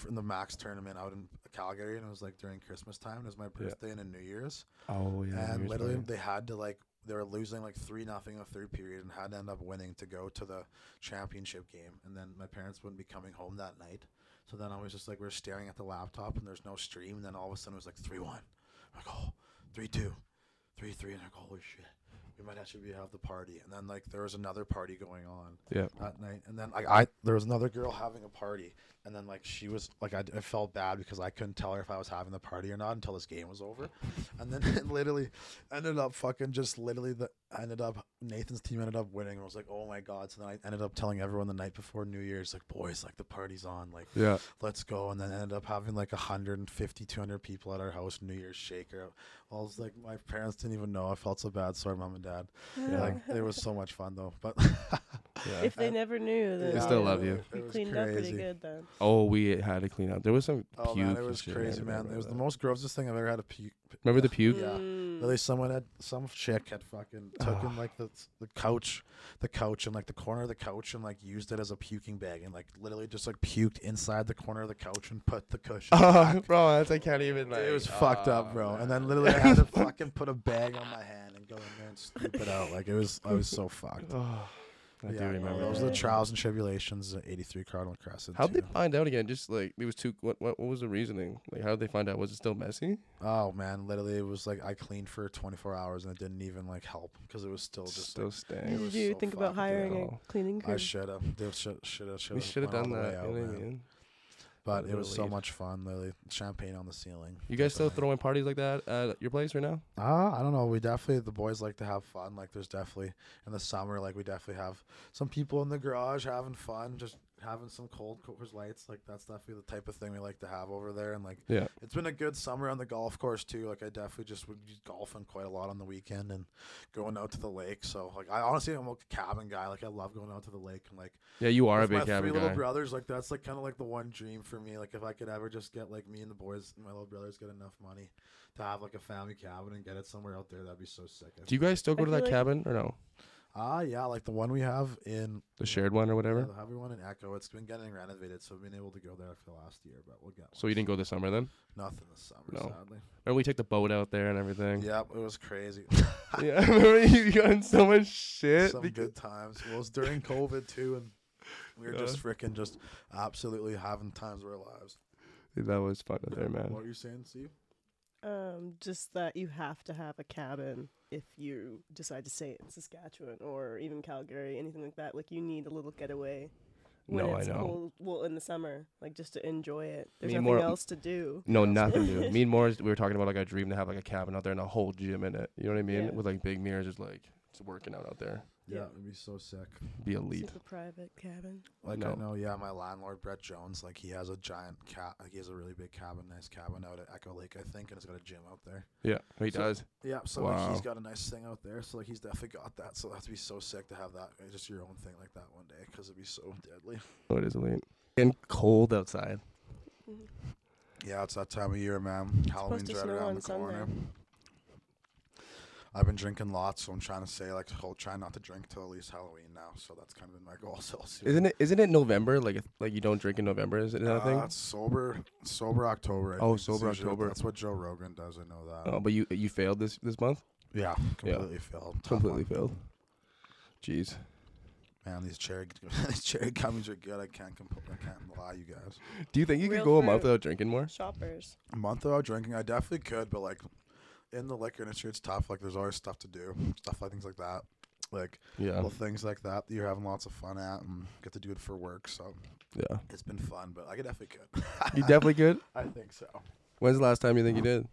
A: in the Max tournament out in Calgary, and it was like during Christmas time. and It was my birthday and a New Year's,
B: Oh yeah.
A: and
B: yours
A: literally
B: were.
A: they had to like they were losing like three nothing in the third period and had to end up winning to go to the championship game. And then my parents wouldn't be coming home that night, so then I was just like we are staring at the laptop and there's no stream. And then all of a sudden it was like three one, like oh three two, three three, and like holy shit. We might actually be have the party, and then like there was another party going on
B: Yeah.
A: that night, and then like I there was another girl having a party, and then like she was like I, I felt bad because I couldn't tell her if I was having the party or not until this game was over, and then it literally ended up fucking just literally the ended up Nathan's team ended up winning. I was like oh my god, so then I ended up telling everyone the night before New Year's like boys like the party's on like
B: Yeah.
A: let's go and then ended up having like 150 200 people at our house new year's shaker i was like my parents didn't even know i felt so bad sorry mom and dad
B: Yeah.
A: like it was so much fun though but
B: Yeah.
C: If they never knew, then
A: yeah,
B: still
C: yeah,
B: love you.
A: it
C: We
A: was
C: cleaned up pretty
A: crazy.
C: good then.
B: oh, we had to clean up. There was some
A: Oh
B: puke.
A: man, it
B: and
A: was
B: shit, I
A: crazy, man.
B: remember
A: It was the
B: that.
A: most grossest thing I've ever had a puke.
B: Remember the puke?
A: Yeah.
C: Mm.
A: Really, someone had some chick had fucking took in like the the couch, the couch and like the corner of the couch and like used it as a puking bag and like literally just like puked inside the corner of the couch and put the cushion.
B: Oh,
A: back.
B: bro, that's, I can't even. Like,
A: it was fucked up,
B: oh,
A: bro.
B: man.
A: And then literally I had to fucking put a bag on my hand and go in there and scoop it out. Like it was, I was so fucked.
B: Oh, I do
A: Yeah,
B: remember.
A: Those
B: that.
A: were the trials and tribulations. at 83 Cardinal Crescent.
B: How'd they
A: too.
B: find out again? Just like it was too. What what, what was the reasoning? Like how did they find out? Was it still messy?
A: Oh man, literally it was like I cleaned for 24 hours and it didn't even like help because it was still just
B: still
A: it
B: stank.
A: was
C: Did you
A: so
C: think about
A: fucking
C: hiring
B: terrible.
C: a cleaning
A: I
C: crew?
A: should have. They should should have should
B: We should have done that. you know what I mean?
A: But it was so
B: Relief.
A: much fun. Literally, champagne on the ceiling.
B: You guys still
A: definitely.
B: throwing parties like that at your place right now?
A: Ah, I don't know. We definitely the boys like to have fun. Like there's definitely in the summer, like we definitely have some people in the garage having fun, just having some cold Coors Lights. Like that's definitely the type of thing we like to have over there. And like
B: Yeah.
A: it's been a good summer on the golf course too. Like I definitely just would be golfing quite a lot on the weekend and going out to the lake. So like I honestly I'm a cabin guy. Like I love going out to the lake and like
B: Yeah, you are a
A: with
B: big
A: my
B: cabin
A: three little
B: guy.
A: brothers, like that's like kind of like the one dream for me. Like if I could ever just get like me and the boys, my little brothers, get enough money to have like a family cabin and get it somewhere out there, that'd be so sick.
B: do you guys still go
C: I
B: to
C: feel
B: that
C: like-
B: cabin or no?
A: Ah, yeah, like the one we have in
B: The shared one or
A: yeah,
B: whatever.
A: the one in Echo. It's been getting renovated, so we've been able to go there for the last year, but we'll get
B: So you didn't go this summer then?
A: nothing this summer,
B: No.
A: sadly.
B: Remember we took the boat out there and everything.
A: Yep, it was crazy.
B: yeah. Remember you got in so much shit.
A: Some
B: because-
A: good times. Well, it was during COVID too, and we were
B: Yeah.
A: just freaking just absolutely having times of our lives.
B: Dude, that was fun out there, man.
A: What were you saying, Steve?
C: Um, just that you have to have a cabin if you decide to stay in Saskatchewan or even Calgary, anything like that. Like you need a little getaway. When
B: No, I
C: it's
B: know.
C: Cold, well, in the summer, like just to enjoy it. There's
B: Need
C: nothing
B: more-
C: else to do.
B: No, nothing, dude. Me and Morris, we were talking about like a dream to have like a cabin out there and a whole gym in it. You know what I mean?
C: Yeah.
B: With like big mirrors, just like just working out out there.
A: Yeah,
C: Yeah.
A: it'd be so sick.
B: Be elite.
C: Super private cabin.
A: Like
B: No.
A: I know, yeah, my landlord Brett Jones, like he has a giant cat, like he has a really big cabin, nice cabin out at Echo Lake, I think, and it's got a gym out there.
B: Yeah, he
A: So-
B: does.
A: Yeah, so like
B: Wow.
A: he's got a nice thing out there, so like he's definitely got that. So that'd be so sick to have that, uh, just your own thing like that one day, because it'd be so deadly.
B: Oh, it is elite. And cold outside.
C: Mm-hmm.
A: Yeah, it's that time of year, man. Halloween's
C: to
A: right
C: snow
A: around
C: on
A: the corner.
C: Sunday.
A: I've been drinking lots, so I'm trying to say like, I'll try not to drink till at least Halloween now. So that's kind of been my goal. So I'll see what-
B: Isn't it? Isn't it November? Like, if- like you don't drink in November? Is it
A: Uh,
B: nothing?
A: it's sober, sober October. I
B: Oh,
A: think is
B: sober
A: usually what-
B: October.
A: That's what Joe Rogan does. I know that.
B: oh, but you you failed this this month.
A: Yeah,
B: Yeah.
A: completely failed. Tough
B: Completely
A: one.
B: failed. Jeez.
A: Man, these cherry these cherry gummies are good. I can't compl- I can't lie, you guys.
B: Do you think you could
C: Real
B: go a month
C: fruit.
B: without drinking more?
C: Shoppers.
A: A month without drinking, I definitely could, but like in the liquor industry, it's tough. Like there's always stuff to do, stuff like things like that, like
B: Yeah.
A: little things like that that you're having lots of fun at and get to do it for work. So
B: Yeah.
A: it's been fun, but I could definitely could.
B: You definitely could.
A: I think so.
B: Uh-huh. When's the last time you think you did?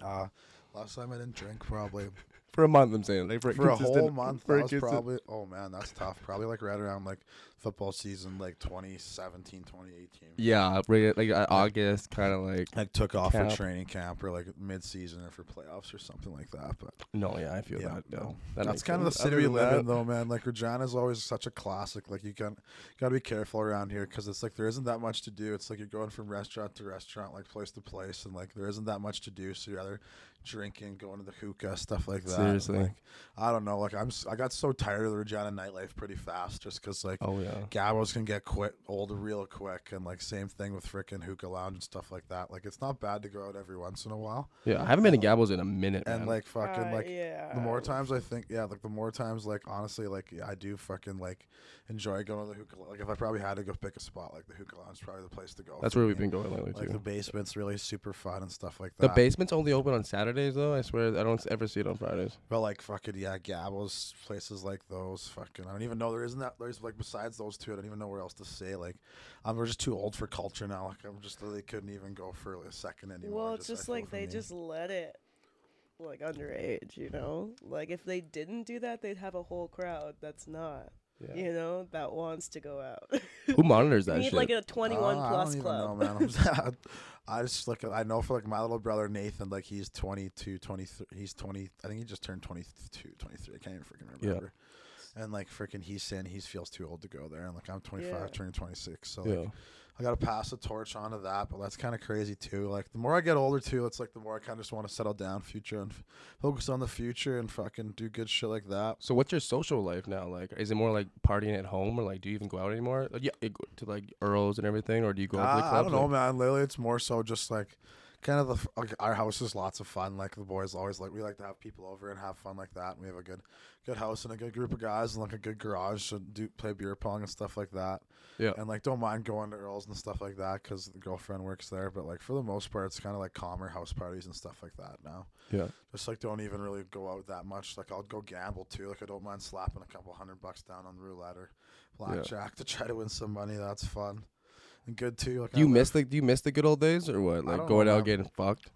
A: Uh, last time I didn't drink, probably
B: for a month. I'm saying like for,
A: for a
B: consistent-
A: whole month.
B: for a
A: That was
B: consistent-
A: probably oh man, that's tough. Probably like right around like football season, like 2017, 2018.
B: yeah, right, like uh, August, kind of like
A: Like took off
B: Camp.
A: for training camp or like mid season or for playoffs or something like that. But
B: no, yeah, I feel
A: Yeah,
B: that. Yeah,
A: no.
B: That
A: that's
B: makes
A: kind of the
B: sense.
A: city
B: Other
A: we
B: than
A: live
B: that-
A: in, though, man. Like Regina's always such a classic. Like you can got to be careful around here because it's like there isn't that much to do. It's like you're going from restaurant to restaurant, like place to place, and like there isn't that much to do. So you're either drinking, going to the hookah, stuff like that. And,
B: Seriously.
A: like, I don't know. Like I'm, s- I got so tired of the Regina nightlife pretty fast, just because like
B: Oh yeah.
A: Gabos can get quit old real quick, and like same thing with frickin' hookah lounge and stuff like that. Like it's not bad to go out every once in a while,
B: Yeah, I haven't been to Gables in a minute,
A: and
B: man.
A: like fucking
C: Uh,
A: like
C: yeah.
A: the more times I think, yeah, like the more times, like honestly, like I do fucking like enjoy going to the hookah. Like if I probably had to go pick a spot, like the hookah lounge is probably the place to go.
B: that's
A: for
B: where
A: me.
B: we've been going lately
A: Like
B: too.
A: the basement's really super fun and stuff like
B: The
A: that.
B: basement's only open on Saturdays though. I swear, I don't ever see it on Fridays.
A: but like fucking yeah, Gabbles places like those fucking. I don't even know there isn't that there's like besides those two. I don't even know where else to say. Like, I'm we're just too old for culture now. Like I'm just they couldn't even go for a second anymore.
C: Well, it's
A: I
C: just
A: feel,
C: like
A: for
C: they
A: me.
C: just let it like underage, you know? Like if they didn't do that, they'd have a whole crowd that's not, you know, that wants to go out.
B: Who monitors
C: You
B: that
C: need
B: shit?
C: like a 21
A: Uh,
C: plus
A: I don't
C: club.
A: Even know, man. I'm sad. I just look at, I know for like my little brother Nathan, like he's 22, 23. He's 20. I think he just turned 22, 23. I can't even freaking
B: Yeah.
A: remember. And like freaking he's saying he feels too old to go there. And like I'm 25,
C: Yeah.
A: turning 26. So
B: yeah.
A: like I got to pass the torch on to that. But that's kind of crazy too. Like the more I get older too, it's like the more I kind of just want to settle down future and f- focus on the future and fucking do good shit like that.
B: So what's your social life now? Like, is it more like partying at home, or like, do you even go out anymore? Like, yeah, you go to like Earls and everything, or do you go out to the
A: Uh, I
B: clubs?
A: don't know, man. Lately, it's more so just like kind of the f- like, our house is lots of fun. Like the boys always like we like to have people over and have fun like that. And we have a good good house and a good group of guys and like a good garage to do play beer pong and stuff like that.
B: Yeah.
A: and like don't mind going to Earls and stuff like that because the girlfriend works there. But like for the most part, it's kind of like calmer house parties and stuff like that now.
B: Yeah.
A: Just like don't even really go out that much. Like I'll go gamble too. Like I don't mind slapping a couple hundred bucks down on roulette or blackjack to try to win some money. That's fun. And good too. Like
B: Do
A: I
B: you
A: live-
B: miss like, do you miss the good old days, or what? Like
A: don't
B: going
A: know,
B: out
A: man.
B: getting fucked.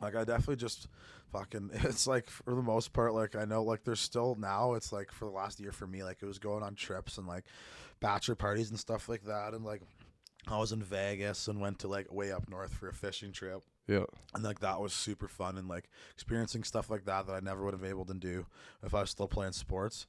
A: Like I definitely just fucking it's like for the most part, like I know like there's still now it's like for the last year for me, like it was going on trips and like bachelor parties and stuff like that and like I was in Vegas and went to like way up north for a fishing trip
B: Yeah.
A: and like that was super fun and like experiencing stuff like that that I never would have been able to do if I was still playing sports.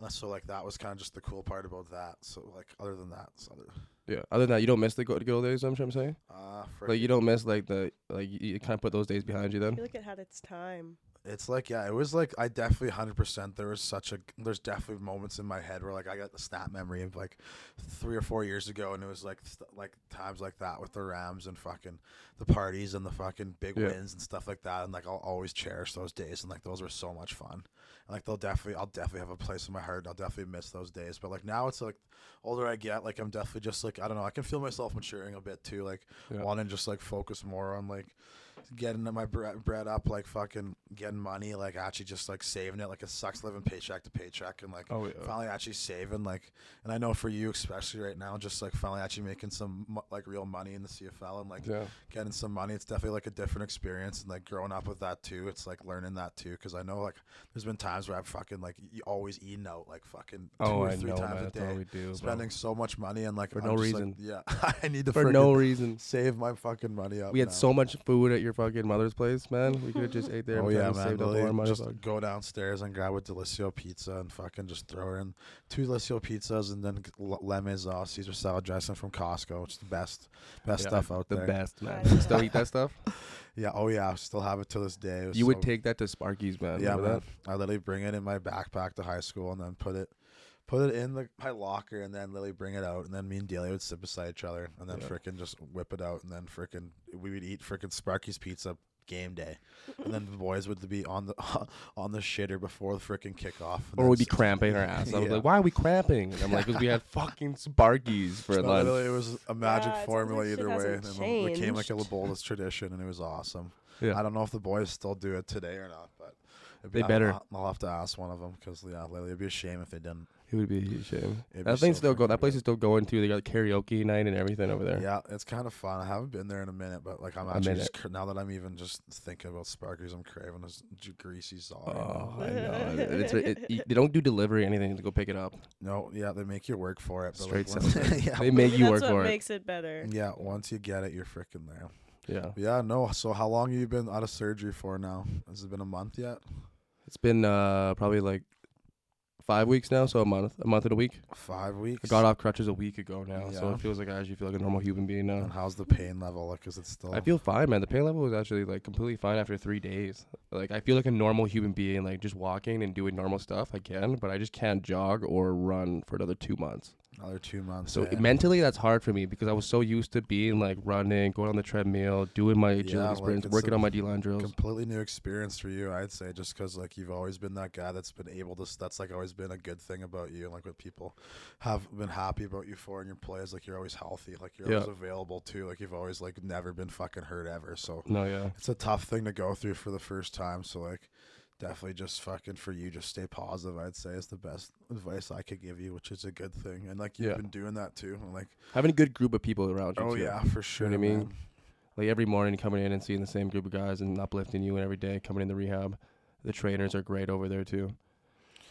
A: And So like that was kind of just the cool part about that. So like other than that, so other
B: Yeah. Other than that, you don't miss the go- good old days. I'm sure I'm saying.
A: uh,
B: Like you don't miss like the like you, you kind of put those days behind you
C: I
B: then.
C: feel like it had its time.
A: It's like yeah, it was like I definitely hundred percent. There was such a there's definitely moments in my head where like I got the snap memory of like three or four years ago, and it was like st- like times like that with the Rams and fucking the parties and the fucking big
B: Yeah.
A: wins and stuff like that, and like I'll always cherish those days, and like those were so much fun. And, like they'll definitely I'll definitely have a place in my heart, and I'll definitely miss those days. But like now it's like older I get, like I'm definitely just like I don't know, I can feel myself maturing a bit too, like
B: Yeah.
A: wanting to just like focus more on like getting my bre- bread up, like fucking getting money, like actually just like saving it. Like it sucks living paycheck to paycheck and like
B: Oh yeah.
A: finally actually saving. Like, and I know for you, especially right now, just like finally actually making some mo- like real money in the CFL and like
B: Yeah.
A: getting some money. It's definitely like a different experience, and like growing up with that too. It's like learning that too, because I know like there's been times where I've fucking like y- always eating out like fucking two
B: Oh,
A: or
B: I
A: three
B: know,
A: times
B: man.
A: a
B: That's all
A: day,
B: we do. Bro.
A: spending so much money and like
B: For
A: I'm
B: no
A: just, like,
B: reason.
A: yeah, I need to
B: For
A: freaking
B: no reason.
A: save my fucking money up.
B: We had
A: now.
B: so much food at your fucking mother's place, man. We could have just ate there.
A: Oh
B: and
A: yeah,
B: fucking
A: man!
B: Saved up all
A: Lily,
B: our money.
A: just
B: fuck.
A: go downstairs and grab a Delicio pizza and fucking just throw her in two Delicio pizzas and then l- lemon sauce, Caesar salad dressing from Costco. It's the best, best
B: Yeah,
A: stuff out
B: The
A: there.
B: best, man.
C: I know.
B: Still eat that stuff.
A: Yeah. Oh yeah. I still have it to this day. It was
B: You would
A: so-
B: take that to Sparky's, man.
A: Yeah,
B: Remember
A: man.
B: that?
A: I literally bring it in my backpack to high school and then put it, put it in the, my locker and then literally bring it out and then me and Daly would sit beside each other and then
B: Yeah.
A: frickin' just whip it out and then frickin' we would eat frickin' Sparky's pizza game day. And then the boys would be on the on the shitter before the frickin' kickoff. and
B: Or
A: then
B: we'd be
A: sit-
B: cramping our ass. I was
A: Yeah.
B: like, why are we cramping? And I'm like, because we had fucking Sparkies for
A: No,
B: lunch.
A: literally, it was a magic
C: Yeah, it sounds
A: formula
C: like shit
A: either way, and
C: hasn't
A: it became like a
C: changed.
A: Lebolas tradition, and it was awesome.
B: Yeah.
A: I don't know if the boys still do it today or not, but it'd be-
B: They
A: I-
B: better.
A: I'll, I'll have to ask one of them because yeah, literally, it'd be a shame if they didn't.
B: It would be a huge shame.
A: It'd be
B: That thing's
A: so
B: still going. That
A: freaking
B: place
A: good.
B: is still going too. They got karaoke night and everything over there.
A: Yeah, it's kind of fun. I haven't been there in a minute, but like I'm
B: A
A: actually
B: minute.
A: just, cr- now that I'm even just thinking about Sparkies, I'm craving this j- greasy soggy.
B: Oh, I know. And it's, it, you- they don't do delivery or anything to go pick it up.
A: No, yeah, they make you work for it. But
B: Straight
A: like, once, yeah,
B: They make you
C: That's
B: work
C: what
B: for it.
C: makes it better.
A: yeah, once you get it, you're freaking there.
B: Yeah.
A: Yeah, no. So how long have you been out of surgery for now? Has it been a month yet?
B: It's been uh, probably like five weeks now, so a month, a month and a week.
A: Five weeks.
B: I got off crutches a week ago now, so
A: Yeah.
B: it feels like I actually feel like a normal human being now.
A: And how's the pain level? Like, is it still?
B: I feel fine, man. The pain level was actually like completely fine after three days. Like I feel like a normal human being, like just walking and doing normal stuff. I can, but I just can't jog or run for another two months.
A: another two months.
B: So
A: eh?
B: mentally, that's hard for me because I was so used to being like running, going on the treadmill, doing my agility
A: Yeah, like,
B: sprints,
A: it's
B: working
A: a
B: on my D line drills.
A: completely new experience for you i'd say just because like you've always been that guy that's been able to s- that's like always been a good thing about you and like what people have been happy about you for in your plays like you're always healthy like you're
B: Yeah.
A: always available too like you've always like never been fucking hurt ever so
B: no, yeah,
A: it's a tough thing to go through for the first time so like definitely just fucking for you just stay positive i'd say is the best advice i could give you which is a good thing and like you've
B: Yeah.
A: been doing that too and, like
B: having a good group of people around you.
A: oh
B: too.
A: yeah for sure
B: what I mean?
A: man.
B: like every morning coming in and seeing the same group of guys and uplifting you and every day coming in the rehab the trainers are great over there too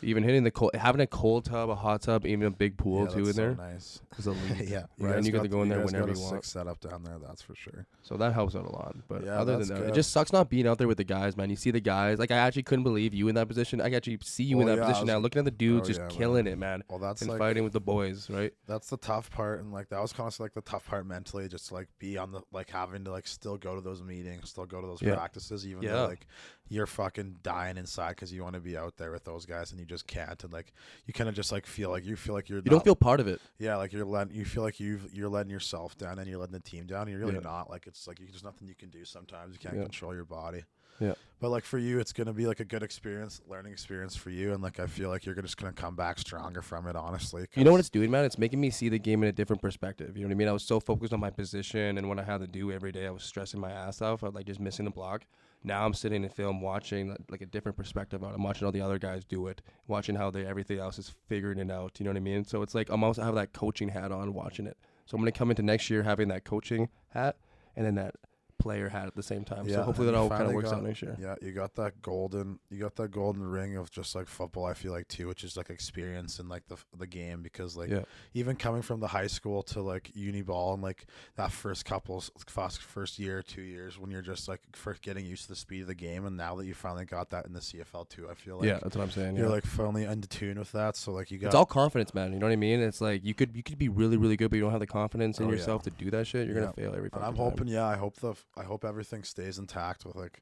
B: even hitting the cold having a cold tub a hot tub even a big pool
A: Yeah,
B: too in
A: that's so
B: there
A: nice
B: is elite
A: yeah
B: right and you get
A: got
B: to
A: the-
B: go in there
A: guys got
B: whenever
A: a
B: you want
A: sick setup down there that's for sure
B: so that helps out a lot but
A: Yeah,
B: other than
A: that's
B: that it
A: good.
B: just sucks not being out there with the guys man you see the guys like i actually couldn't believe you in that position i actually see you
A: Oh,
B: in that
A: yeah, I
B: position
A: was-
B: now looking at the dudes
A: oh,
B: just
A: yeah, man.
B: killing it man
A: Well, that's
B: and
A: like
B: fighting with the boys right
A: that's the tough part, and like that was kind of like the tough part mentally, just to, like be on the like having to like still go to those meetings, still go to those
B: Yeah.
A: practices, even
B: Yeah.
A: though like you're fucking dying inside because you want to be out there with those guys and you just can't, and like you kind of just like feel like you feel like you're
B: you don't
A: not-
B: feel part of it
A: yeah like you're letting you feel like you've you're letting yourself down and you're letting the team down. And you're really
B: Yeah.
A: not like it's like you, there's nothing you can do sometimes. You can't
B: Yeah.
A: control your body.
B: Yeah.
A: But like for you, it's gonna be like a good experience, learning experience for you, and like I feel like you're just gonna come back stronger from it. Honestly,
B: You know
A: 'cause-
B: what it's doing, man? It's making me see the game in a different perspective. You know what I mean? I was so focused on my position and what I had to do every day. I was stressing my ass off. I was like just missing the block. Now I'm sitting in film watching like- like a different perspective on it. I'm watching all the other guys do it, watching how they everything else is figuring it out. You know what I mean? So it's like I'm also have that coaching hat on watching it. So I'm gonna come into next year having that coaching hat and then that player hat at the same time. so
A: Yeah,
B: hopefully
A: and
B: that
A: you
B: all kind of
A: finally
B: works out
A: got-
B: next year.
A: Yeah, you got that golden, you got that golden ring of just like football. I feel like too, which is like experience and like the the game because like
B: Yeah.
A: even coming from the high school to like uni ball and like that first couple s- first first year two years when you're just like first getting used to the speed of the game and now that you finally got that in the CFL too, I feel like
B: yeah, that's what I'm saying.
A: you're
B: yeah.
A: like finally in tune with that. So like you got
B: It's all confidence, man. You know what I mean? It's like you could you could be really really good, but you don't have the confidence in
A: Oh, yeah.
B: yourself to do that shit. You're gonna fail every.
A: And
B: fucking
A: I'm
B: time.
A: hoping, yeah, I hope the, f- I hope everything stays intact with like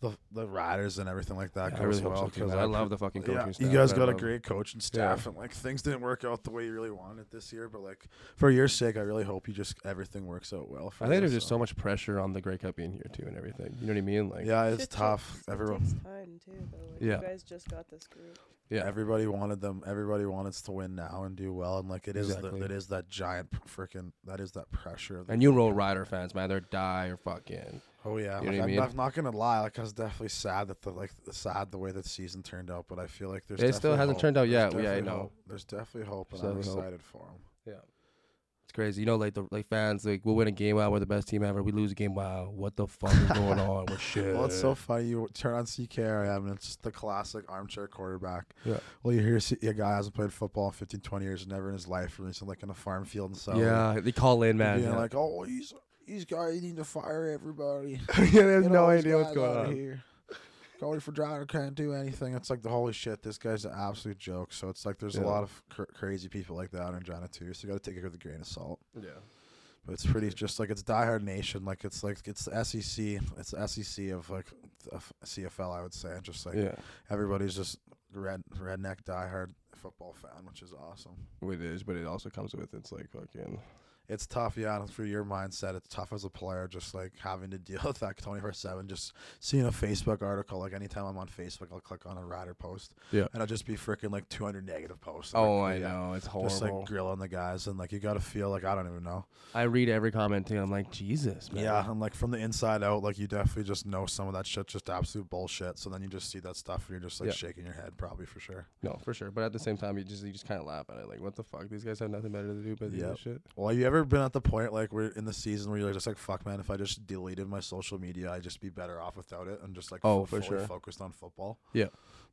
A: the the riders and everything like that.
B: Yeah, I
A: goes
B: really hope
A: well,
B: so too,
A: 'cause
B: man. I
A: could-
B: love the fucking coaching
A: yeah,
B: staff.
A: You guys
B: I
A: got a
B: love-
A: great coaching staff, and like things didn't work out the way you really wanted this year. But like for your sake, I really hope you just everything works out well. For
B: I think
A: you,
B: there's just so much pressure on the Grey Cup being here too and everything. You know what I mean? Like
A: Yeah, it's
C: Shit takes-
A: tough.
C: shit
A: Everyone,
C: takes time too, though. Like,
B: Yeah.
C: You guys just got this group.
B: yeah.
A: everybody wanted them. Everybody wanted us to win now and do well, and like it is,
B: Exactly.
A: the, it is that giant p- freaking, that is that pressure. of the
B: and you roll Rider fans, man. They're die or fucking.
A: Oh yeah,
B: You know
A: like,
B: what I
A: I'm,
B: mean?
A: not, I'm not gonna lie. Like I was definitely sad that the like the- sad the way that season turned out, but I feel like there's
B: It still
A: definitely
B: hasn't
A: hope.
B: turned out
A: There's
B: yet. Yeah, I
A: definitely
B: know.
A: hope. There's definitely hope, and
B: There's
A: I'm
B: definitely hope.
A: excited for 'em. for him.
B: It's crazy. You know, like the like fans, like we'll win a game. Wow, we're the best team ever. We lose a game. Wow, what the fuck is going on? We're shit.
A: Well, it's so funny. You turn on CKRM, and it's just the classic armchair quarterback.
B: Yeah.
A: Well, you hear C- a guy hasn't played football in 15, 20 years, never in his life, or he's like in a farm field and stuff.
B: yeah, they call in, man.
A: Being
B: Yeah.
A: like, oh, he's he's guy. You need to fire everybody.
B: yeah, they have
A: Get
B: no
A: all these
B: idea what's
A: guys
B: going
A: outta
B: on.
A: Here. Cody for Drowner can't do anything. It's like the holy shit. This guy's an absolute joke. So it's like there's
B: Yeah.
A: a lot of cr- crazy people like that in China too. So you got to take it with a grain of salt.
B: Yeah,
A: But it's pretty just like it's diehard nation. Like it's like it's the SEC. It's the SEC of like the F- CFL. I would say just like
B: yeah.
A: everybody's just red redneck diehard football fan, which is awesome.
B: It is, but it also comes with it's like fucking
A: it's tough. Yeah, for your mindset, it's tough as a player, just like having to deal with that twenty four seven. Just seeing a Facebook article, like anytime I'm on Facebook, I'll click on a Rider post.
B: Yeah.
A: and I'll just be freaking like two hundred negative posts.
B: Oh,
A: Like,
B: I
A: yeah,
B: know it's
A: Just
B: horrible.
A: like grilling the guys, and like you got to feel like I don't even know.
B: I read every comment too. I'm like, Jesus, man.
A: Yeah, and like from the inside out, like you definitely just know some of that shit just absolute bullshit. So then you just see that stuff and you're just like
B: Yeah.
A: shaking your head, probably for sure.
B: No, for sure. But at the same time, you just you just kind of laugh at it, like, what the fuck? These guys have nothing better to do but do
A: Yep.
B: this shit.
A: Well, have you ever been at the point like where in the season where you're just like, fuck, man, if I just deleted my social media, I'd just be better off without it and just like
B: Oh,
A: f-
B: for
A: fully
B: sure.
A: focused on football?
B: Yeah.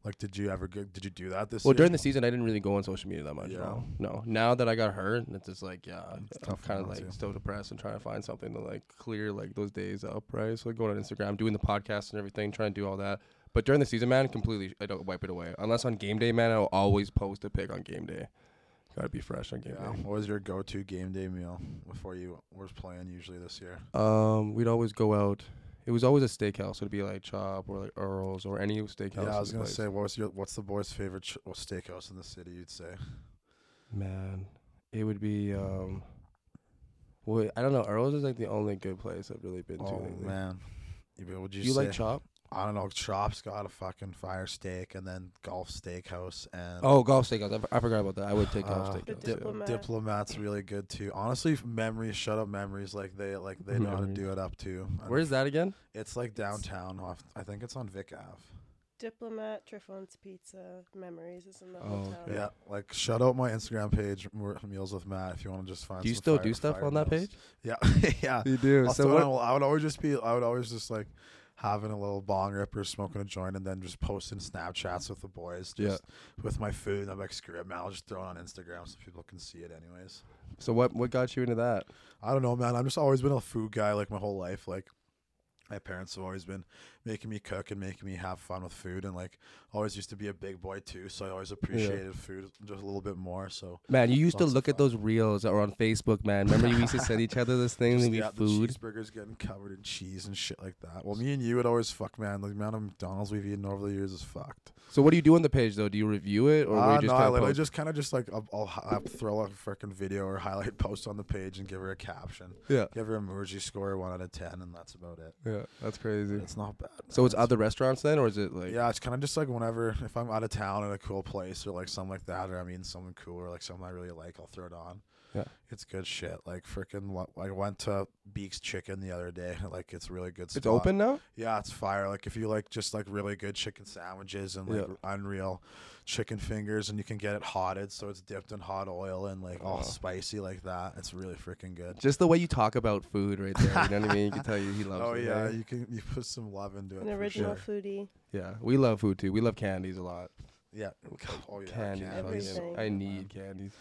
A: Like, did you ever go, did you do that this
B: Well,
A: year?
B: during the season, I didn't really go on social media that much.
A: Yeah.
B: No, no. Now that I got hurt, it's just like, yeah, I'm
A: tough
B: kind of
A: now,
B: like
A: too.
B: still depressed and trying to find something to like clear like those days up, right? So like going on Instagram, doing the podcast and everything, trying to do all that. But during the season, man, completely, I don't wipe it away. Unless on game day, man, I'll always post a pic on game day. Gotta be fresh on game
A: yeah.
B: day.
A: What was your go to game day meal before you were playing usually this year?
B: Um, we'd always go out. It was always a steakhouse. So it'd be like Chop or like Earl's or any steakhouse.
A: Yeah, I was
B: we
A: gonna
B: played.
A: say, what was your what's the boys' favorite ch- well, steakhouse in the city? You'd say
B: Man, it would be um. Well, I don't know. Earl's is like the only good place I've really been to.
A: Oh
B: lately.
A: man, You- would you,
B: Do you
A: say?
B: like chop?
A: I don't know. Chop's got a fucking fire steak, and then Golf Steakhouse, and
B: Oh, golf steakhouse. I, f- I forgot about that. I would take golf
A: Uh,
C: The
B: steakhouse. yeah.
C: diplomat.
A: Diplomat's really good too. Honestly, f- memories. Shut up, memories. Like they like they know how to
B: Memories.
A: do it up too. And
B: Where's that again?
A: It's like downtown. Off, I think it's on Vic Ave.
C: Diplomat, Trifons Pizza, Memories is in the
B: Oh,
C: hotel.
A: Yeah. like shout out my Instagram page, Mer- Meals with Matt, if you want to just find.
B: Do you
A: some
B: still
A: fire-
B: do stuff
A: fire
B: on that
A: meals.
B: page?
A: Yeah, yeah.
B: You do.
A: I'll throw in a little- I would always just be, I would always just like having a little bong ripper, smoking a joint, and then just posting Snapchats with the boys,
B: Yeah.
A: just with my food. And I'm like, screw it, man. I'll just throw it on Instagram so people can see it, anyways.
B: so what? What got you into that?
A: I don't know, man. I've just always been a food guy like my whole life. Like, my parents have always been making me cook and making me have fun with food, and like always used to be a big boy too, so I always appreciated food just a little bit more. So
B: Man, you used to
A: Lots of
B: look at
A: fun.
B: those reels that were on Facebook, man. Remember, you used to send each other this thing
A: Just,
B: and we
A: yeah,
B: food.
A: The cheeseburgers getting covered in cheese and shit like that. Well, me and you would always fuck, man. The amount of McDonald's we've eaten over the years is fucked.
B: So what do you do on the page though? Do you review it or were
A: Uh,
B: you just
A: no, I
B: kinda
A: literally
B: post-
A: just kind of just like I'll, I'll, hi- I'll throw a freaking video or highlight post on the page and give her a caption,
B: yeah,
A: give her a Muji score one out of ten, and that's about it.
B: yeah, that's crazy.
A: It's not bad.
B: So
A: man.
B: it's other restaurants then, or is it like
A: Yeah, it's kind of just like whenever if I'm out of town at a cool place or like something like that, or I'm eating something cool or like something I really like, I'll throw it on.
B: Yeah.
A: it's good shit. Like freaking, lo- I went to Beek's Chicken the other day. Like it's really good.
B: it's
A: spot.
B: open now?
A: Yeah, it's fire. Like if you like just like really good chicken sandwiches and like
B: Yeah.
A: unreal chicken fingers, and you can get it hotted, so it's dipped in hot oil and like all
B: Wow.
A: spicy like that. It's really freaking good.
B: Just the way you talk about food right there. You know what I mean? You can tell you he loves
A: Oh
B: it.
A: yeah,
B: right?
A: you can you put some love into it.
C: An
A: for
C: original
A: sure.
C: foodie.
B: Yeah. We love food too. We love candies a lot.
A: Yeah. Oh yeah.
B: Candies. fucking-
C: Everything.
B: I need candies.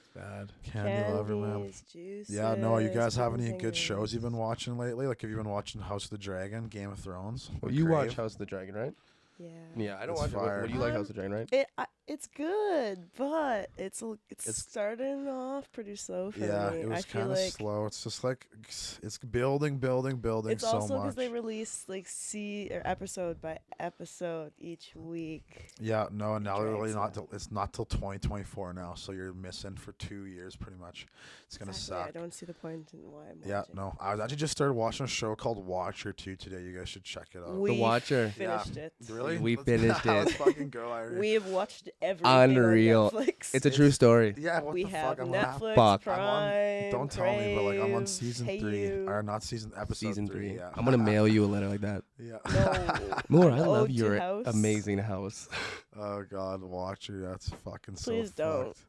B: It's bad.
A: Candy lover, man.
C: Candies, juices.
A: Yeah, no, you guys have any good
C: fingers.
A: shows you've been watching lately? Like, have you been watching House of the Dragon, Game of Thrones? or
B: Well, you watch
A: Crave?
B: House of the Dragon, right?
C: Yeah.
B: Yeah, I don't
A: It's
B: watch it. What,
A: fire.
B: what do you like
C: Um,
B: House of the Dragon, right?
C: It, I, it's good, but it's l- it's,
A: It's-
C: starting off pretty slow for
A: Yeah,
C: me.
A: it
C: I
A: was
C: feel
A: kind of
C: like
A: slow. It's just like it's building, building, building
C: it's
A: so
C: also
A: much.
C: because they release like see or episode by episode each week.
A: yeah, no, and now they're really
C: drags
A: not.
C: it.
A: Till, it's not till 2024 now, so you're missing for two years pretty much. It's gonna
C: Exactly, I
A: suck.
C: don't see the point in why I'm
A: Yeah,
C: watching.
A: no, I was actually just started watching a show called Watcher Two today. You guys should check it out.
C: We
B: Watcher.
A: Yeah.
C: finished it.
A: really?
B: We
A: Let's-
B: finished it.
A: Let's fucking go, Irene.
C: We have watched everything
B: Unreal.
C: on Netflix.
B: It's a true story.
A: yeah, what
C: we
A: the
C: have
A: fuck? I'm on-
C: Netflix,
B: Fuck.
A: I'm on-
C: Prime.
A: Don't tell me, but like I'm on
C: Crave,
A: season
C: Hey
A: three,
C: You.
A: or not season episode
B: Season
A: three.
B: three.
A: Yeah,
B: I'm gonna mail you a letter like that.
A: Yeah.
C: No.
B: More, I
C: Oh,
B: love
C: to
B: your
C: House.
B: amazing house.
A: oh God, Watcher, that's fucking so.
C: Please don't.
A: fucked.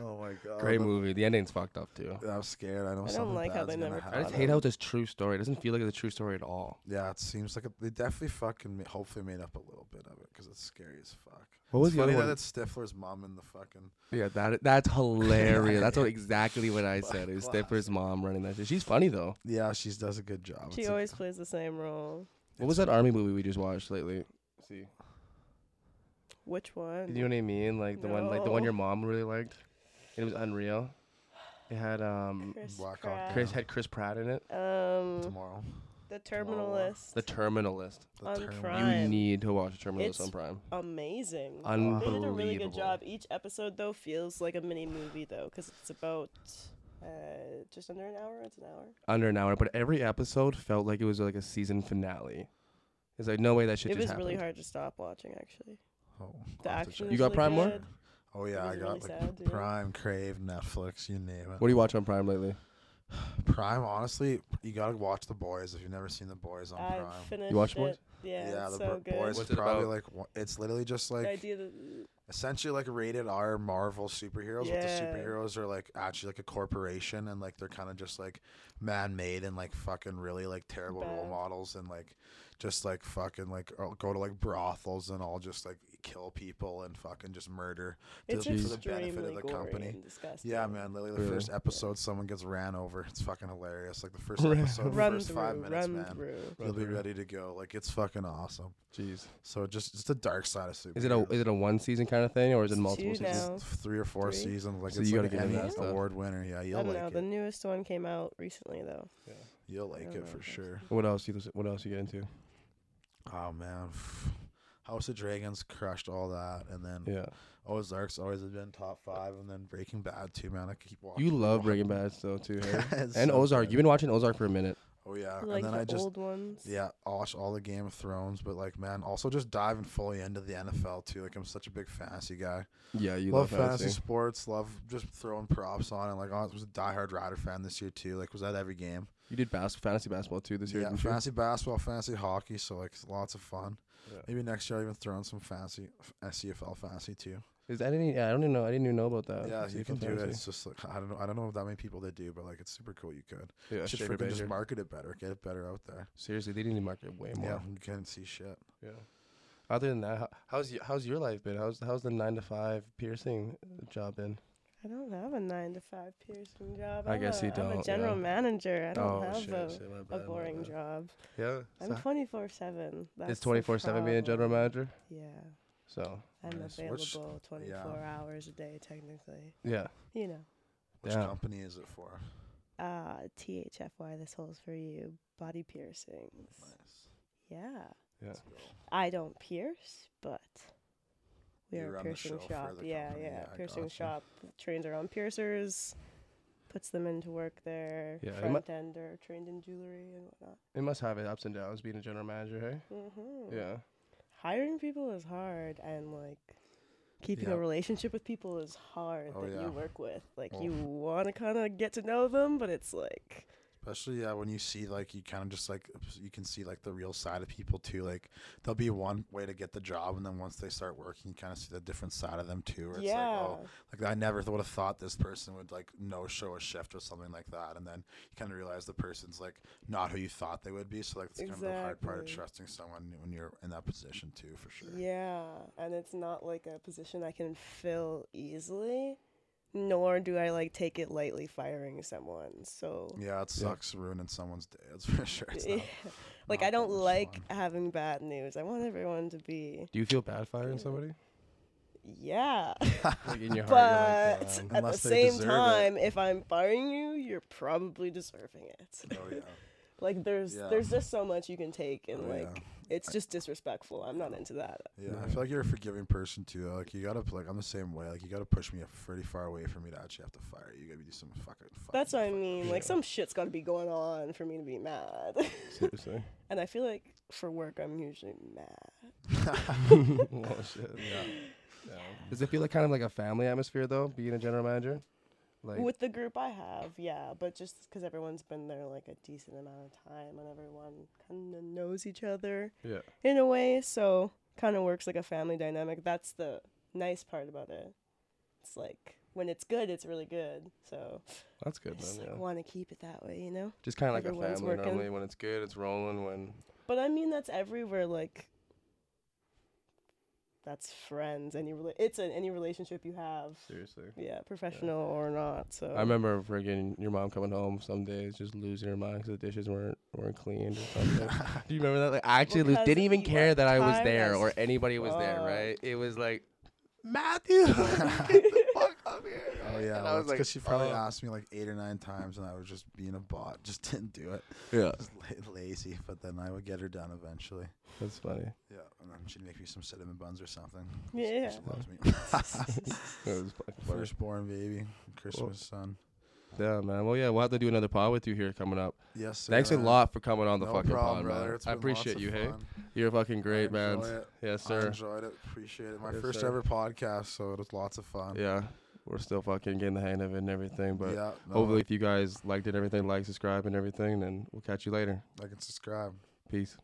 A: Oh my God.
B: Great
A: I'm-
B: movie. The ending's fucked up too.
A: I'm scared. I know.
C: don't
A: something
C: like how
A: bad's
C: they
A: gonna
C: never
A: happen.
B: I just hate how this true story. It doesn't feel like it's a true story at all.
A: Yeah, it seems like it, they definitely fucking ma- hopefully made up a little bit of it because it's scary as fuck.
B: What was
A: it's
B: the other
A: funny
B: one?
A: that it's Stifler's mom and the fucking.
B: Yeah, that that's hilarious. that's what, exactly what I said. It was
A: Classic.
B: Stiffer's mom running that shit. She's funny though.
A: Yeah, she does a good job.
C: She
A: It's a-
C: always plays the same role.
B: What was
A: it's-
B: that army movie we just watched lately? See,
C: Which
B: you
C: one?
B: know what I mean? Like the one, like the one
C: No.
B: your mom really liked. It was unreal. It had um,
C: Chris
A: Black Hawk
C: Pratt.
B: Chris
A: Yeah.
B: had Chris Pratt in it.
C: Um,
A: Tomorrow.
C: the
A: Tomorrow.
C: Terminalist.
B: The Terminalist.
A: The
C: On
A: term-
C: Prime.
B: You need to watch the Terminalist
C: It's-
B: on Prime.
C: Amazing. They did a really
B: Unbelievable.
C: good job. Each episode though feels like a mini movie though, because it's about Uh, just under an hour. It's an hour.
B: under an hour, but every episode felt like it was like a season finale. It's like no way that shit
C: it
B: just
C: was
B: happened.
C: really hard to stop watching. Actually,
A: Oh,
C: the
A: I'll have to
C: action.
A: check.
B: You got Prime more?
C: good.
A: Oh yeah,
C: It
A: I
C: was
A: got
C: really
A: like
C: sad, yeah.
A: Prime, Crave, Netflix, you name it.
B: What do you watch on Prime lately?
A: Prime, honestly, you gotta watch The Boys if you've never seen The Boys on
C: I
A: Prime.
C: finished
B: watch
C: it.
B: Boys?
C: Yeah,
A: The
C: it's so
A: Bo-
C: good.
A: Boys is
B: What's it
A: probably
B: about?
A: like one- it's literally just
C: the
A: like
C: idea that
A: essentially like rated R Marvel superheroes, but
C: Yeah.
A: the superheroes are like actually like a corporation and like they're kind of just like man made and like fucking really like terrible role
C: Bad.
A: models and like just like fucking like all- go to like brothels and all just like kill people and fucking just murder. to
C: it's
A: the- for the
C: extremely
A: benefit of the
C: gory
A: company.
C: and disgusting.
A: Yeah, man. Literally, the
B: Really?
A: first episode, someone gets ran over. It's fucking hilarious. Like the first
B: Ran
A: episode, the
C: Run
A: first
C: through,
A: five minutes,
C: run
A: man.
C: through.
A: You'll be ready to go. Like it's fucking awesome.
B: Jeez.
A: So just just the dark side of super.
B: Is it a is it a one season kind of thing or is it
C: It's
B: multiple
C: two
B: seasons?
C: now. No.
A: three or four
C: Three?
A: seasons? Like
B: So
A: it's
B: you
A: like an
B: gotta get into
A: Emmy
B: that stuff.
A: award winner. Yeah, you'll
C: I don't
A: like
C: know.
A: it.
C: The newest one came out recently though.
A: You'll
C: I
A: like
C: don't
A: it
C: know
A: for
C: if I've
A: sure.
B: What else you listen, what else you get into?
A: Oh man, House of Dragons crushed all that, and then
B: Yeah.
A: Ozark's always has been top five, and then Breaking Bad too, man. I keep watching.
B: You love Breaking Bad though too, hey?
A: It's
B: and
A: so
B: Ozark.
A: good.
B: You've been watching Ozark for a minute.
A: Oh
B: Uh,
A: yeah, and
C: Like
A: then
C: the
A: I just
C: old ones.
A: Yeah, I'll watch all the Game of Thrones, but like, man, also just diving fully into the NFL too. Like, I'm such a big fantasy guy.
B: Yeah, you
A: love, fantasy sports. Love just throwing props on and like, oh, I was a diehard Rider fan this year too. Like, was at every game.
B: You did bas- fantasy basketball too this year.
A: yeah,
B: didn't you?
A: fantasy basketball, fantasy hockey. So like, it's lots of fun.
B: Yeah.
A: Maybe next year I'll even throw in some fantasy SCFL fantasy too.
B: Is that any? Yeah, I don't even know. I didn't even know about that.
A: yeah,
B: Fantasy
A: you can do
B: football
A: it.
B: fantasy.
A: It's just like I don't know. I don't know that many people that do, but like, it's super cool. You could
B: Yeah,
A: just
B: Shaver
A: freaking just
B: Baker.
A: market it better, get it better out there.
B: Seriously, they need to market way more.
A: Yeah, you can't see shit.
B: Yeah. Other than that, how, how's y- how's your life been? How's how's the nine to five piercing job been?
C: I don't have a nine to five piercing job.
B: I
C: I'm
B: guess
C: a,
B: you
C: I'm
B: don't,
C: a general
B: yeah.
C: manager. I don't
B: oh
C: have
B: shit,
C: a,
B: shit, my bad,
C: a
B: my
C: boring
B: bad.
C: job.
B: Yeah.
C: I'm
B: so
C: twenty four seven.
B: it's twenty four seven being a general manager.
C: Yeah,
B: So
C: I'm
A: Nice. Which-
C: available twenty four hours a day technically.
B: yeah.
C: You know,
A: Which
B: Yeah.
A: company is it for?
C: uh, THFY. This hole's for you. Body piercings.
A: Nice.
C: Yeah,
B: Yeah.
A: Let's go.
C: I don't pierce, but. We
A: You
C: are a
A: run the
C: piercing
A: show for
C: shop.
A: the
C: Yeah,
A: company.
C: yeah,
A: Yeah, I
C: Piercing
A: gotcha.
C: shop trains our own piercers, puts them into work there.
B: Yeah, it mu-
C: front end are trained in jewelry and whatnot.
B: It must have its ups and downs being a general manager, hey?
C: Mm-hmm.
B: Yeah.
C: Hiring people is hard, and like keeping
A: Yeah.
C: a relationship with people is hard
A: Oh,
C: that
A: yeah.
C: you work with. Like
A: Well.
C: you want to kind of get to know them, but it's like
A: Especially yeah, when you see like you kind of just like you can see like the real side of people too. Like there'll be one way to get the job, and then once they start working, you kind of see the different side of them too. Where it's
C: yeah,
A: like, oh, like I never would have thought this person would like no show a shift or something like that, and then you kind of realize the person's like not who you thought they would be. So like it's kind of the hard part of
C: Exactly.
A: trusting someone when you're in that position too, for sure.
C: yeah, and it's not like a position I can fill easily. Nor do I like take it lightly firing someone. So
A: Yeah, it
B: Yeah.
A: sucks ruining someone's day. That's for sure. It's not,
C: like
A: not
C: I don't
A: that much
C: like
A: fun.
C: having bad news. I want everyone to be
B: Do you feel bad firing somebody?
C: yeah.
B: Like in your heart, you're
C: but
B: like,
C: at the
A: uh, Unless they
C: same
A: deserve it.
C: time, if I'm firing you, you're probably deserving it.
A: oh yeah.
C: like there's
A: Yeah.
C: there's just so much you can take and
A: Oh,
C: like
A: yeah.
C: it's just disrespectful. I'm not into that.
A: Yeah, I
B: Yeah.
A: feel like you're a forgiving person too. though. Like you gotta like I'm the same way. Like you gotta push me up pretty far away for me to actually have to fire you. You gotta do some fucking. fucking
C: That's what I mean. Like
B: Yeah.
C: some shit's got to be going on for me to be mad.
B: damn. Seriously.
C: and I feel like for work I'm usually mad.
B: oh shit.
A: yeah.
B: Yeah. Does it feel like kind of like a family atmosphere though, being a general manager? Like
C: With the group I have, yeah, but just because everyone's been there like a decent amount of time and everyone kind of knows each other.
B: Yeah.
C: in a way, so kind of works like a family dynamic. That's the nice part about it. It's like when it's good, it's really good. So
B: That's good
C: I just
B: then,
C: like,
B: yeah.
C: want to keep it that way, you know.
B: Just kind of like a
C: Everyone's
B: family
C: working.
B: normally. When it's good, it's rolling. When
C: But I mean, that's everywhere. Like that's friends. Any rela- it's in any relationship you have,
B: seriously,
C: yeah, professional or not. So
B: I remember friggin' your mom coming home some days just losing her mind because the dishes weren't weren't cleaned or something. Do you remember that? Like I actually lo-
C: Because
B: didn't even
C: you
B: care
C: are
B: that I was
C: tired
B: there
C: as
B: or anybody was there.
C: fuck.
B: Right? It was like Matthew, get the fuck up here.
A: Oh yeah.
B: and
A: Well,
B: I
A: it's
B: was
A: 'cause
B: like,
A: she probably
B: oh.
A: asked me like eight or nine times, and I was just being a bot. Just didn't do it.
B: Yeah,
A: Just la- lazy. But then I would get her done eventually.
B: that's funny.
A: Yeah, and then she'd make me some cinnamon buns or something.
C: Yeah.
A: She loves me.
B: It was fucking funny.
A: Firstborn baby, Christmas son.
B: Yeah, man. Well, yeah, we'll have to do another pod with you here coming up.
A: Yes. sir,
B: Thanks a
A: man.
B: lot for coming on the
A: no
B: fucking
A: problem,
B: pod,
A: brother.
B: man.
A: It's
B: I
A: been lots
B: appreciate
A: of
B: you. Hey,
A: fun.
B: you're fucking great,
A: I
B: man.
A: enjoy it.
B: Yes,
A: I
B: sir.
A: enjoyed it. Appreciate it. My
B: Yes,
A: first
B: sir.
A: ever podcast, so it was lots of fun.
B: Yeah, we're still fucking getting the hang of it and everything, but.
A: yeah no,
B: Hopefully, if you guys liked it, and everything, like, subscribe, and everything, then we'll catch you later.
A: I can subscribe.
B: Peace.